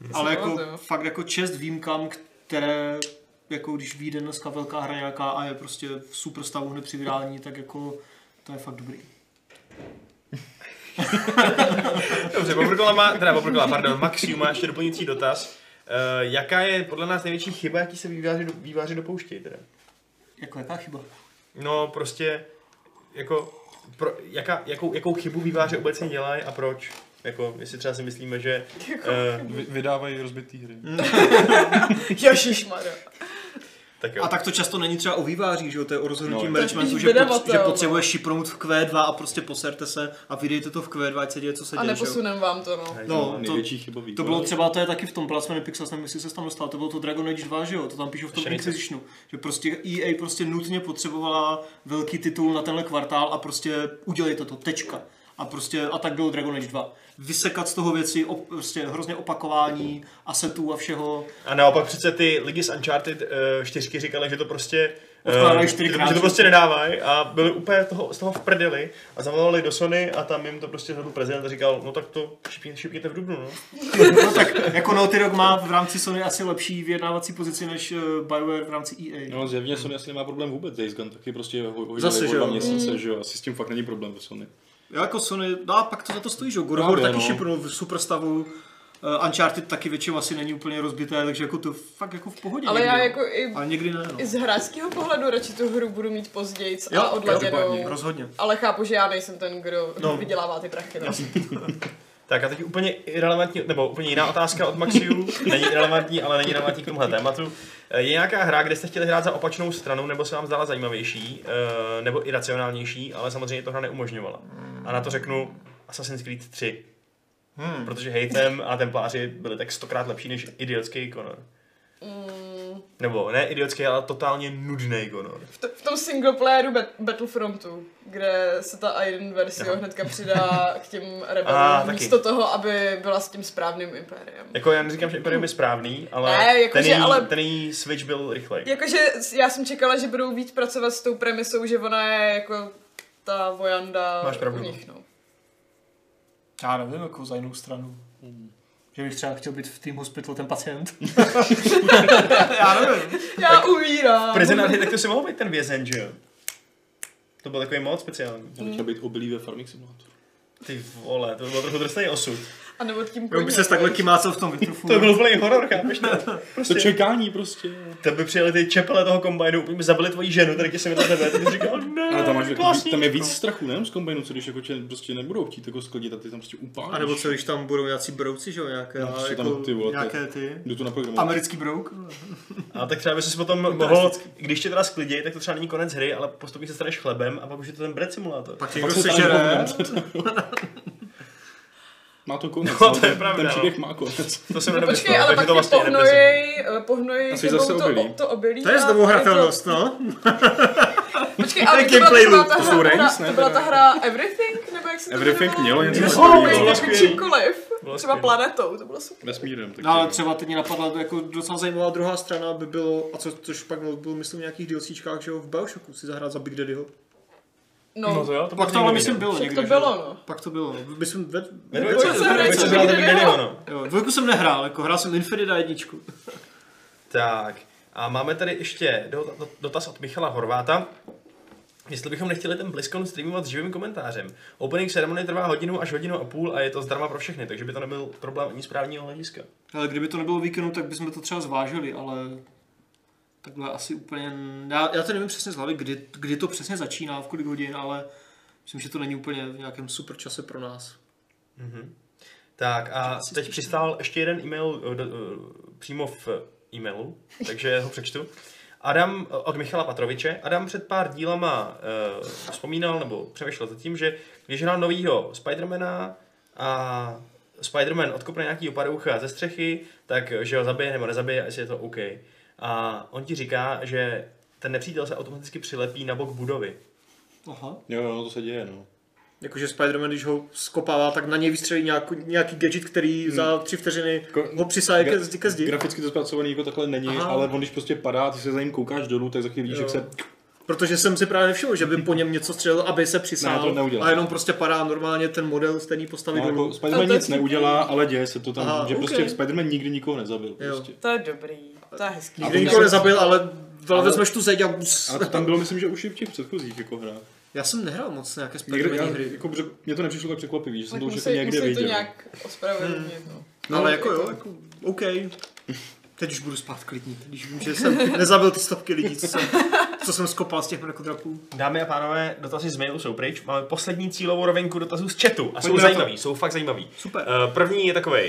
Ale si jako pamatuju. fakt jako čest výjimkám, které jako když vyjde dneska velká hra nějaká a je prostě v super stavu hned při vydání, tak jako to je fakt dobrý. Dobře, Bobrkola má, teda Bobrkola, pardon, Maxiu má ještě doplňující dotaz. Eh, jaká je podle nás největší chyba, jaký se výváři, do- výváři dopouštějí teda? Jako jaká chyba? No prostě, jako, pro, jaká, jakou, jakou chybu výváři obecně dělají a proč? Jako, jestli třeba si myslíme, že... Uh, Vy- Vydávají rozbitý hry. Ježišmarja. tak jo. A tak to často není třeba o vývářích, že jo? To je o rozhodnutí No. no, To je spíš managementu, že, pot, vydavatel, že no. potřebuje šipnout v Q2 a prostě poserte se a vydejte to v Q2, ať se děje, co se A děje, že jo? neposunem vám to, no. No, to, Největší chyba vývoje. to bylo třeba, to je taky v tom Plasmany Pixels, nevím, jestli se tam dostal, to bylo to Dragon Age 2, že jo, to tam píšou v tom Inquisitionu, že prostě EA prostě nutně potřebovala velký titul na tenhle kvartál a prostě udělejte to, tečka. A prostě, a tak bylo Dragon Age 2. Vysekat z toho věci, op, prostě hrozně opakování, asetů a všeho. A naopak přece ty lidi z Uncharted uh, 4 říkali, že to prostě eh, Odkládají že, čtyřikrát, to- že to že? prostě nedávají a byli úplně toho, z toho v prdeli a zavolali do Sony a tam jim to prostě řekl prezident a říkal, no tak to šipně, šipněte v Dubnu, no. No tak, jako Naughty Dog má v rámci Sony asi lepší vyjednávací pozici než eh, BioWare v rámci E EA. No zjevně Sony asi nemá problém vůbec, Days Gone taky prostě ho, ho Zase, Zase, že dva jo. měsíce, že jo, asi s tím fakt není problém pro Sony. Jo, jako Sony, no a pak to za to stojí, že jo, God of War Právě, taky no. šipnul v superstavu, eh, Uncharted taky většinou asi není úplně rozbité, takže jako to fakt jako v pohodě Ale někdy, já no. jako i, Ale někdy ne, no. i z hráčského pohledu radši tu hru budu mít později a každopádně, odladěnou. Rozhodně. Ale chápu, že já nejsem ten, kdo No. no. vydělává ty prachy. No. Tak a teď úplně irrelevantní, nebo úplně jiná otázka od Maxiu, není irrelevantní, ale není relevantní k tomuhle tématu. Eh, Je nějaká hra, kde jste chtěli hrát za opačnou stranu, nebo se vám zdála zajímavější, eh, nebo iracionálnější, ale samozřejmě to hra neumožňovala. A na to řeknu Assassin's Creed 3. Protože hejtem a templáři byli tak stokrát lepší než idiotský Connor. Mm, Nebo ne idiotský, ale totálně nudný Gonor. V, to, v tom singleplayeru bat, Battlefrontu, kde se ta Iron version hnedka přidá k těm Ah, rebelům, taky. místo toho, aby byla s tím správným impériem. Jako já neříkám, že Imperium je správný, ale, Ne, jako ten, že její, ale- ten její switch byl rychlej. Jakože s- já jsem čekala, že budou víc pracovat s tou premisou, že ona je jako ta vojanda Máš pravdu. u nich, no. Já nevím, jako za jinou stranu. hm, Že bych třeba chtěl být v tým hospital ten pacient. Já nevím. Já tak umírám. Prison Architectu si mohl být ten vězen, že jo? To byl takový moc speciální. Já bych chtěl být obilý ve Farming Simulator. Ty vole, to byl trochu drsný osud. A nebo tím Byl by se takhle kymácel v tom vitrofu. To byl úplný horor, chápeš to? To Prostě, čekání prostě. tebe přijeli ty čepele toho kombajnu, úplně mi zabili tvoji ženu, tady tě jsem vedle tebe, ty jsi říkal, ne, Ale tam, máš jako, klasník, tam je víc no. strachu, nejenom z kombajnu, co když jako tě prostě nebudou chtít jako sklidit a ty tam prostě upálíš. A nebo co, když tam budou nějací brouci, že jo, nějaké, No, prostě tam jako, ty vole, nějaké ty. Jdu to naprogramovat. Americký brouk? A tak třeba by si potom mohl, když tě teda sklidí, tak to třeba není konec hry, ale postupně se staneš chlebem a pak už je to ten bread simulátor. Pak někdo se tam sežere. Má to konec. No, ale to je ten- pravda, Ten no. příběh má konec. To jsem No nedomyslel, počkej, ale takže pak to to vlastně je depresivní. pohnojej, pohnojej Asi sebou zase to, obilí. o- to obilí. To je a znovu hratelnost, no. to- Počkej, ale To je to byla, to byla gameplay ta loop. To hra, jsou hra, ranks, ne, to byla ta teda? hra Everything, nebo jak se to Everything mělo něco takového. takového. Bylo skvělý. jako Čímkoliv, třeba skvělý. planetou, to bylo super. Vesmírem. Tak No, ale třeba teď mě napadla jako docela zajímavá druhá strana by bylo, a co, což pak bylo, myslím, v nějakých DLCčkách, že jo, v Bioshocku si zahrát za Big Daddyho. No, jo, Pak to ale myslím bylo však někde, to že bylo, jo? no. Pak to bylo, no. Myslím, ve, Ve dvojce, Dvojce ve hraje dvojce co hrál Big taky Daddy, Daddyho, no. no. jo, dvojku jsem nehrál, jako hrál jsem Infinity a jedničku. Tak, a máme tady ještě do- do- dotaz od Michala Horváta. Jestli bychom nechtěli ten BlizzCon streamovat s živým komentářem. Opening ceremony trvá hodinu až hodinu a půl a je to zdarma pro všechny, takže by to nebyl problém ani z právního hlediska. Ale kdyby to nebylo víkendu, tak bychom to třeba zvážili, ale takhle asi úplně... Já, já to nevím přesně z hlavy, kdy, kdy to přesně začíná, v kolik hodin, ale myslím, že to není úplně v nějakém super čase pro nás. Tak a teď přistál ještě jeden e-mail eh, do, eh, přímo v e-mailu, takže ho přečtu. Adam eh, od Michala Patroviče. Adam před pár dílama uh, vzpomínal nebo přemýšlel za tím, že když hrál novýho Spidermana a Spiderman odkopne nějakýho padoucha ze střechy, tak eh, že ho zabije nebo nezabije, a jestli je to OK. A on ti říká, že ten nepřítel se automaticky přilepí na bok budovy. Aha. Jo, jo, to se děje, no. Jakože Spider-Man, když ho skopává, tak na něj vystřelí nějaký, nějaký gadget, který hmm. za tři vteřiny Ko- ho přisáje ke Jako gra- zdi. Ke zdi. Graficky to zpracovaný jako takhle není, Aha. ale on když prostě padá, ty se za ním koukáš dolů, tak za chvíli vidíš, Jo. jak se... Protože jsem si právě nevšiml, že by po něm něco střelil, aby se Ne, přisál. to neudělá. a jenom prostě padá normálně ten model stejný postavy No, no, dolů. jako Jako... Ale Spider-Man to je nic super. neudělá, ale děje se to tam, Aha, že ok. prostě Spider-Man nikdy nikoho nezabil. Jo. Prostě. To je dobrý, to je hezký. Nikdy to nikoho myslím- nezabil, ale, ale Ale- vezmeš tu zeď a bus. Ale to tam bylo, myslím, že už i v těch předchozích jako hrách. Já jsem nehrál moc nějaké Někde, já, Spider-Man hry. jako, že mě to nepřišlo tak překvapivý, že jsem Tak to už jako musí, někde musí to viděl. nějak ospravedlnit, no. No, ale jako jo, jako, OK. Teď už budu spát klidně, teď už vím, že jsem nezabil ty stovky lidí, co jsem, co jsem skopal z těch mrakodrapů. Dámy a pánové, dotazy z mailu jsou pryč. Máme poslední cílovou rovinku dotazů z chatu a jsou Pojďme na to. zajímavý, jsou fakt zajímavý. Super. Eh, První je takový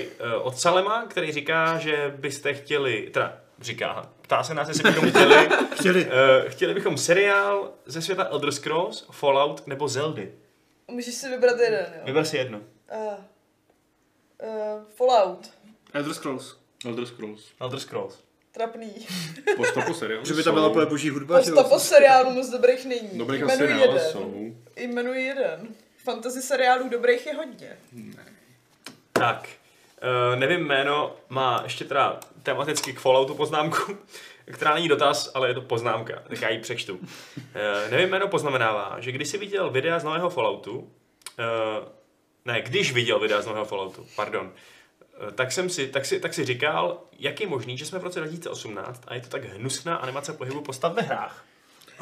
od Salema, který říká, že byste chtěli, teda říká, ptá se nás, jestli bychom chtěli, Chtěli. eh, chtěli bychom seriál ze světa Elder Scrolls, Fallout nebo Zeldy. Můžeš si vybrat jeden, jo. Vyber si jedno. Uh, uh, Fallout. Elder Scrolls. Elder Scrolls. Elder Scrolls. Trapný. Postapo seriál. Že by tam byla úplně boží hudba, že Posta jo? po seriálu moc dobrých není. Dobrý Jmenuji kasy, ale jeden. jsou. Jmenuji jeden. Fantasy seriálů dobrých je hodně. Tak, eh, nevím jméno, má ještě teda tematicky k Falloutu poznámku, která není dotaz, ale je to poznámka, tak já ji přečtu. Eh, nevím jméno poznamenává, že když jsi viděl videa z nového Falloutu, eh, ne, když viděl videa z nového Falloutu, pardon, eh, tak jsem si, tak si, tak si říkal, jak je možný, že jsme v roce 2018 a je to tak hnusná animace pohybu postav ve hrách.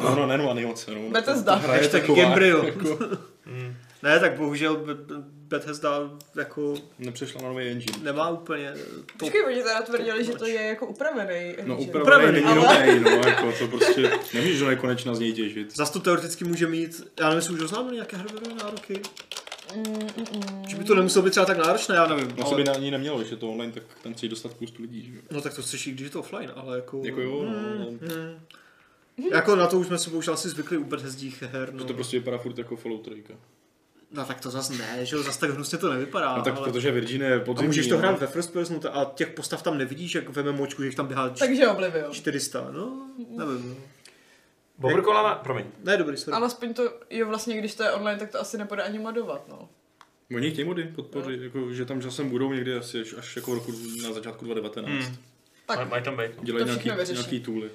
No, no, nenu animace, no. Bethesda. Hra je Hashtag taková, embryo. jako, Ne, tak bohužel Be- Be- Bethesda jako nepřešla na nový engine. nemá úplně to... Počkej, oni teda tvrdili, že to je jako upravený. No engine. upravený není Ale- nový, no, jako to prostě, nemůžeš do nekonečna z něj těžit. Zas to teoreticky může mít, já nevím, jestli už oznámili nějaké hardwareové nároky. Mm, Že by to nemuselo být třeba tak náročné, já nevím. No, se by ale... na ní nemělo, že to online, tak tam chceš dostat spoustu lidí, že jo. No tak to chceš i když je to offline, ale jako... Hmm. Jako jo, no, Jako na to už jsme se bohužel asi zvykli u Bethesdích her, no. prostě to prostě vypadá furt jako Fallout 3. No tak to zase ne, že jo, zase tak hnusně to nevypadá. No tak ale... protože Virgin je A podzimní. můžeš to no. hrát ve first person t- a těch postav tam nevidíš, jak veme močku, že jich tam běhá č- Takže Oblivion. 400, no, nevím. No. Bobrkola má, promiň, Ne, dobrý, sorry. Alespoň to, jo vlastně, když to je online, tak to asi nepůjde ani modovat, no. Oni chtějí mody podpořit, No. jako, že tam časem budou někdy asi až, až jako v roku na začátku 2019. Hmm. Tak, Mají tam být. Dělají To nějaký, všechno vyřeší. nějaký tooly.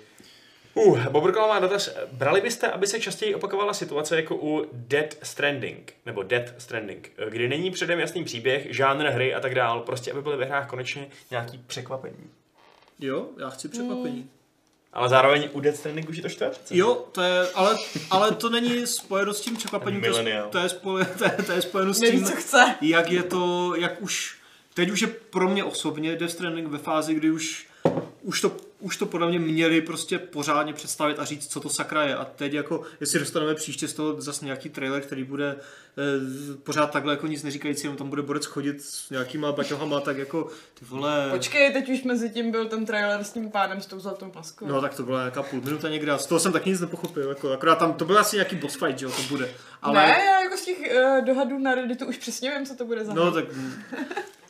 Uh, Bobrkola má dotaz. Brali byste, aby se častěji opakovala situace jako u Dead Stranding, nebo Dead Stranding, kdy není předem jasný příběh, žánr hry a tak dál, prostě aby byly ve hrách konečně nějaký překvapení. Jo, já chci překvapení. Ale zároveň u Dead Stranding už je to štve? Jo, to je, ale, ale to není spojeno s tím překvapením, to je, Millennial. to, je spole, to, je, to je spojeno s Neví, tím, co chce. jak je to, jak už, teď už je pro mě osobně Death Stranding ve fázi, kdy už, už to už to podle mě měli prostě pořádně představit a říct, co to sakra je. A teď jako, jestli dostaneme příště z toho zase nějaký trailer, který bude eh, pořád takhle jako nic neříkající, jenom tam bude borec chodit s nějakýma baťohama, tak jako ty vole... Počkej, teď už mezi tím byl ten trailer s tím pánem s tou zlatou maskou. No tak to byla nějaká půl minuta někde a z toho jsem taky nic nepochopil, jako, akorát tam, to byl asi nějaký boss fight, že jo, to bude. Ale, Ne, já jako z těch uh, dohadů na Redditu už přesně vím, co to bude za No hru. tak,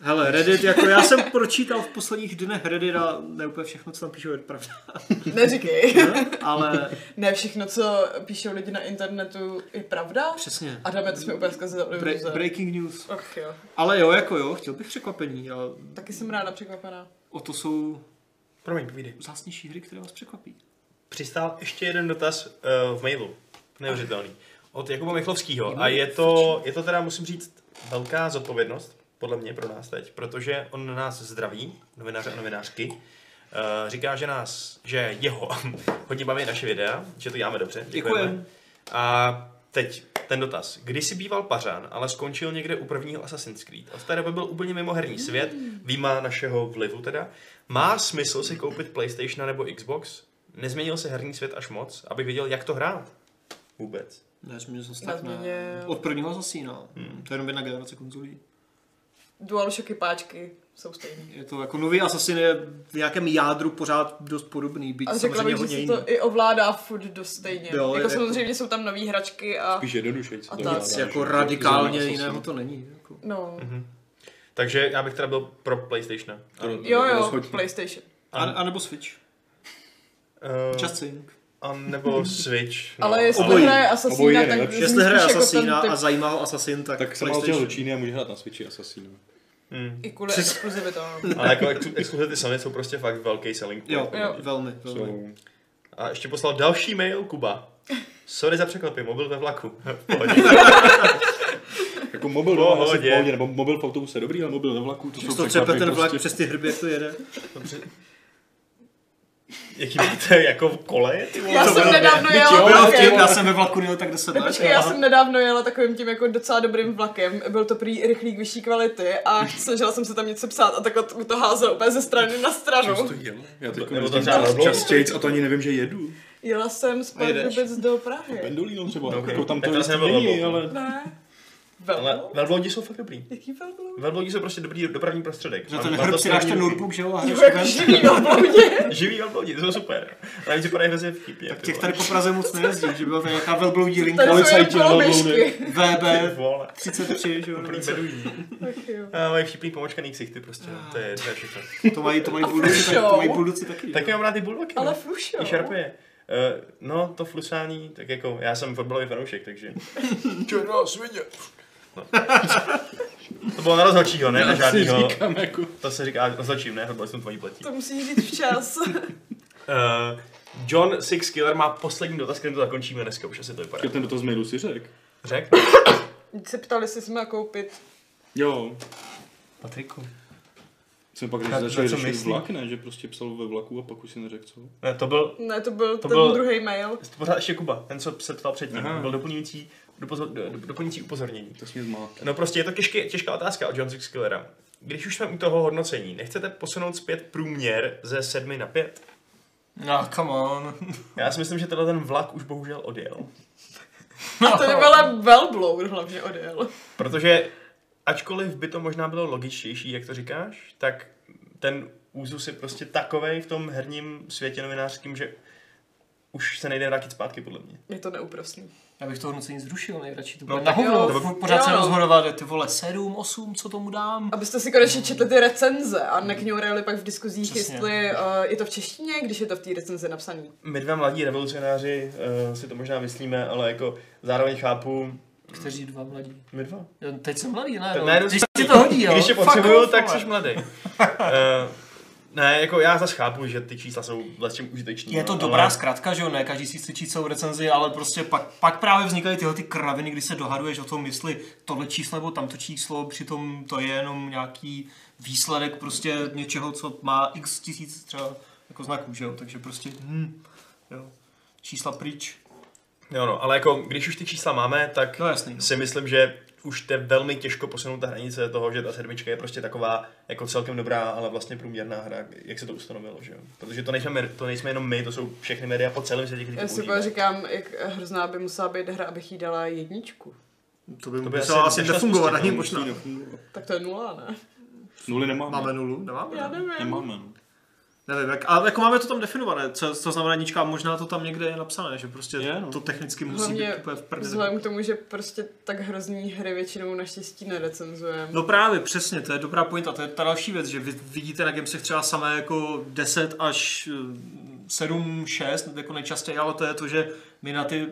hele, Reddit, jako já jsem pročítal v posledních dnech Reddit a ne úplně všechno, co tam píšou, je pravda, Neříkej. No. ale ne všechno, co píšou lidi na internetu, je pravda. přesně. Adame, to jsme úplně zkazili. Bre- breaking news. Och jo, Ale jo, jako jo, chtěl bych překvapení, ale taky jsem ráda překvapená. o to jsou Promiň, povídej. zásnější hry, které vás překvapí. Přistál ještě jeden dotaz uh, v mailu. Neuvěřitelný. Od Jakuba Michlovského. A je to, je to teda, musím říct, velká zodpovědnost, podle mě, pro nás teď, protože on nás zdraví, novináře a novinářky. Uh, říká, že nás, že jeho hodně baví naše videa, že to děláme dobře. Děkujem. A teď ten dotaz. Když si býval pařan, ale skončil někde u prvního Assassin's Creed. Od té doby byl úplně mimo Hmm. herní svět, výjima našeho vlivu teda. Má smysl si koupit PlayStation nebo Xbox? Nezměnil se herní svět až moc, abych věděl, jak to hrát? Vůbec. Ne, zmínil jsem se Já tak ne. zmínil- Od prvního zasína. To je jenom jedna generace konzolí. DualShocky páčky jsou stejný. Je to jako nový Assassin je v nějakém jádru pořád dost podobný, byť A řekla samozřejmě bych, že hodně se jiný. to i ovládá furt dost stejně. Jo, jako je- samozřejmě jsou tam nové hračky a... Spíš jednoduše. A tak, Nic jako radikálně jiného to není. Jako. No, Takže já bych teda byl pro PlayStation. jo, jo, PlayStation. A, a nebo Switch. Uh, Just Sync. a nebo Switch. No. Ale jestli obojí. hraje Assassina, Obojí je tak nejlepší. zní Jestli hraje spíš jako ten Assassina typ a zajímá ho Assassin, tak, Tak jsem odjel do Číny a může hrát na Switchi Assassinu. I kvůli exkluzivitám. Ale jako ex- exkluzivity Sony jsou prostě fakt velký selling point. Jo, Jo. velmi, velmi. Jsou A ještě poslal další mail Kuba. Sorry za překvapy, mobil ve vlaku. V pohodě. jako mobil doma asi Pohodě. v pohodě, nebo mobil v autobuse je dobrý, ale mobil na vlaku, to jsou Když to třepe ten překvapení vlak prostě. přes ty hrby, jak to jede. Jaký máte jako koleje? Ty vole? Já jsem nedávno jela vlakem. já jsem ve vlaku nejel tak 10 let. Počkej, já jsem nedávno jela takovým tím jako docela dobrým vlakem. Byl to prý rychlík vyšší kvality a snažila jsem se tam něco psát a takhle mi to házelo úplně ze strany na stranu. Co jsi to dělal? Já teď Nebo to jezdím třeba čas- rovnou? častěji a to ani nevím, že jedu. Jela jsem z Pardubic do Prahy. Pendolino třeba, Okay. jako tam Tak to to asi jistě nebyl není, mobil. ale... Ne. Ale Velkou? velbloudi jsou fakt dobrý. Jaký velkou? Velbloudi jsou prostě dobrý dopravní prostředek. Že Mám- ten mám hrb to si dáš ten stejný- notebook, že jo, a hraješ Jo, jako ven. živý velbloudě. Živý velbloudi, to jsou super. A navíc vypadají hrozně vtipně. Tak ty těch vole. tady po Praze moc nejezdí, že byla tady nějaká velbloudí linka. Tady jsou jen Policajti, koloběžky. Ty VB vole. 33, že jo. Úplný beduíni. Tak jo. A mají vtipný pomočkaný ksichty prostě. Ah. To je, to je všechno. To mají, to mají bulduci, tak, to mají bulduci taky. Tak mám rád ty bulvaky. Ale no. flušo. I šarpuje. Eh, no, to flusání, tak jako, já jsem fotbalový fanoušek, takže... Černá svině. To bylo na rozhodčího, ne na Já si žádnýho. říkám, jako... To se říká rozhodčím, ne, fotbalistům to ani platí. To musíš říct včas. Eh, John Six Killer má poslední dotaz, kterým to zakončíme dneska, už asi to vypadá. Já ten dotaz mailu si řek. Řek? Teď se ptali, jestli jsme koupit. Jo. Patriku. Jsem pak Na- když na začal co řešit myslí? vlak, ne? Že prostě psal ve vlaku a pak už si neřekl co. Ne, to byl Ne, to byl To ten byl- druhý mail. to pořád ještě Kuba, ten, co se ptal předtím, Aha. to byl doplňující, dopozor, do, do- doplňující upozornění. Tak jsi mě zmál. No prostě je to těžké, těžká otázka od John Six Killera. Když už jsme u toho hodnocení, nechcete posunout zpět průměr ze sedmi na pět? No, come on. Já si myslím, že tenhle ten vlak už bohužel odjel. A to je byla velbloud hlavně odjel. Protože ačkoliv by to možná bylo logičtější, jak to říkáš, tak ten úzus je prostě takovej v tom herním světě novinářským, že už se nejde vrátit zpátky, podle mě. Je to neúprosný. Já bych to hodnocení zrušil, nejradši to No, bude no, na tak hovno, jo. furt pořád se Jo, no. rozhodovat, ty vole, 7, 8, co tomu dám? Abyste si konečně četli ty recenze a nekňourali pak v diskuzích, Přesně. jestli uh, je to v češtině, když je to v té recenzi napsaný. My dva mladí revolucionáři uh, si to možná myslíme, ale jako zároveň chápu... Kteří dva mladí? My dva? Jo, teď jsem mladý, ne? Tak no. najednou Když jsi si to hodí, jo? Když tě Fuck potřebuju, off, tak vole. jsi mladý. uh, ne, jako já zase chápu, že ty čísla jsou vlastně užiteční. Je to no, dobrá ale- zkratka, že jo, ne každý si chce číst celou recenzi, ale prostě pak, pak právě vznikají tyhle ty kraviny, kdy se dohaduješ o tom, jestli tohle číslo nebo tamto číslo, přitom to je jenom nějaký výsledek prostě něčeho, co má x tisíc třeba jako znaků, že jo, takže prostě hm, jo, čísla pryč. Jo, no, ale jako když už ty čísla máme, tak No jasný, no. si myslím, že už to je velmi těžko posunout ta hranice toho, že ta sedmička je prostě taková jako celkem dobrá, ale vlastně průměrná hra, jak se to ustanovilo, že jo? Protože to nejsme, my- to nejsme jenom my, to jsou všechny média po celém světě, Já které to si používají. úplně říkám, jak hrozná by musela být hra, abych jí dala jedničku. To by, to by by asi muselo asi nešlo nefungovat, spustit, ani no, možná. Tak to je nula, ne? Nuly nemáme. Máme nulu, nemáme? Já nevím. Nemáme. no. Nevím, jak, ale jako máme to tam definované, co, co znamená nička, možná to tam někde je napsané, že prostě Je, no. to technicky musí Hlavně být úplně v prdeli. Vzhledem k tomu, že prostě tak hrozný hry většinou naštěstí nerecenzujeme. No právě, přesně, to je dobrá pointa, to je ta další věc, že vy vidíte na gamesech třeba samé jako 10 až eh, 7, 6, jako nejčastěji, ale to je to, že my na ty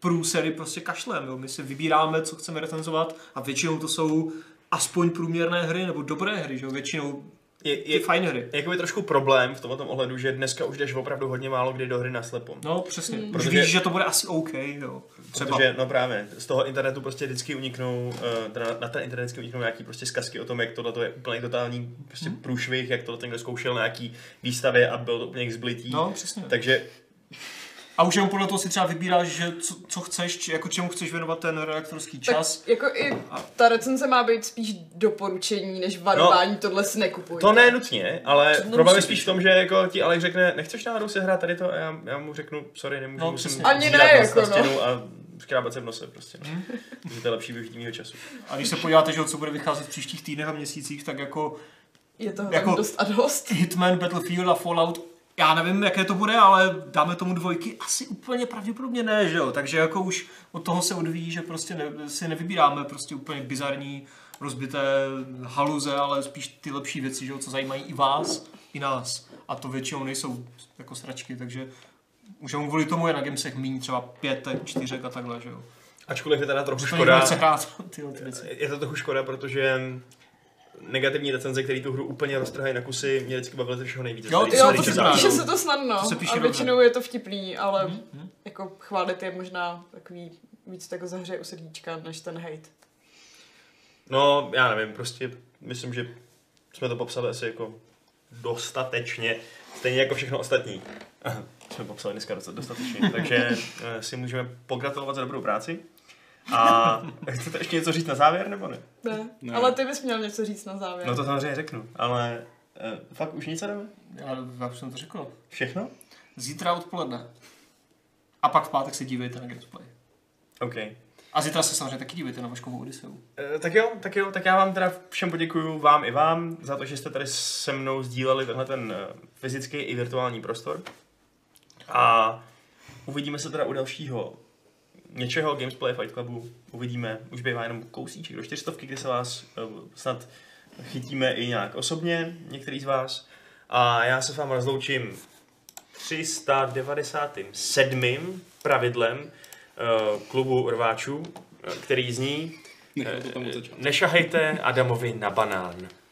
průsery prostě kašlem, jo. my si vybíráme, co chceme recenzovat a většinou to jsou aspoň průměrné hry nebo dobré hry, že jo, většinou Je, ty je, fajn hry. jakoby trošku problém v tomto ohledu, že dneska už jdeš opravdu hodně málo kdy do hry naslepo. No přesně, už Protože- víš, že to bude asi OK, jo. Třeba. Protože, no právě, z toho internetu prostě vždycky uniknou, eh, teda na- na ten internet vždycky uniknou nějaký prostě zkazky o tom, jak tohle je úplně totální prostě Hmm. průšvih, jak tohle někdo zkoušel na nějaký výstavě a byl to úplně zblitý. No, přesně. Takže A už jenom podle toho si třeba vybíráš, že co, co chceš, či- jako čemu chceš věnovat ten redaktorský čas. Tak jako i ta recenze má být spíš doporučení, než varování, no, tohle si nekupuj. to ne nutně, ale nemusí problém je být. spíš v tom, že jako ti Alek řekne, nechceš náhodou se hrát tady to a já, já mu řeknu, sorry, nemůžu. No, musím přesně. Ani zírat ne, na- na jako no. stěnu a škrábat se v nose prostě. No. Takže to je lepší využití mého času. A když se podíváte, že jo, co bude vycházet v příštích týdnech a měsících, tak jako Je toho Jako- tam dost a dost. Hitman, Battlefield a Fallout, já nevím, jaké to bude, ale dáme tomu dvojky, asi úplně pravděpodobně ne, že jo? Takže jako už od toho se odvíjí, že prostě ne, si nevybíráme prostě úplně bizarní, rozbité haluze, ale spíš ty lepší věci, že jo, co zajímají i vás, i nás. A to většinou nejsou jako sračky, takže už jenom kvůli tomu je na gamesech míň třeba pětek, čtyřek a takhle, že jo. Ačkoliv je teda trochu To někdo škoda, nechce hrát tyhle ty věci. Je to trochu škoda, protože negativní recenze, které tu hru úplně roztrhají na kusy, mě vždycky bavily ze všeho nejvíc. Jo, ty Tady Jo, se to čas- se píše píše ráno. se to snadno. To se píše a dobře. Mhm, většinou je to vtipný, ale jako chválit je možná takový víc tak zahřeje u srdíčka, než ten hate. No, já nevím, prostě myslím, že jsme to popsali asi jako dostatečně, stejně jako všechno ostatní. jsme popsali dneska dost- dostatečně, takže eh, si můžeme pogratulovat za dobrou práci. A chcete ještě něco říct na závěr, nebo ne? Ne, Ne. ale ty bys měl něco říct na závěr. No to samozřejmě řeknu, ale eh, fakt už nic nedáme? Já, já už jsem to řekl. Všechno? Zítra odpoledne. A pak v pátek se dívejte na Gamesplay. OK. A zítra se samozřejmě taky dívejte na Vaškovou Odiseu. Eh, tak jo, tak jo, tak já vám teda všem poděkuju, vám i vám, za to, že jste tady se mnou sdíleli tenhle ten eh, fyzický i virtuální prostor. A uvidíme se teda u dalšího něčeho Gamesplay Fight Clubu. Uvidíme, už bývá jenom kousíček do čtyřstovky, kde se vás eh, snad chytíme i nějak osobně, některý z vás. A já se s vámi rozloučím 397. pravidlem eh, klubu rváčů, eh, který zní Nechal to tam od začátku. Nešahejte Adamovi na banán.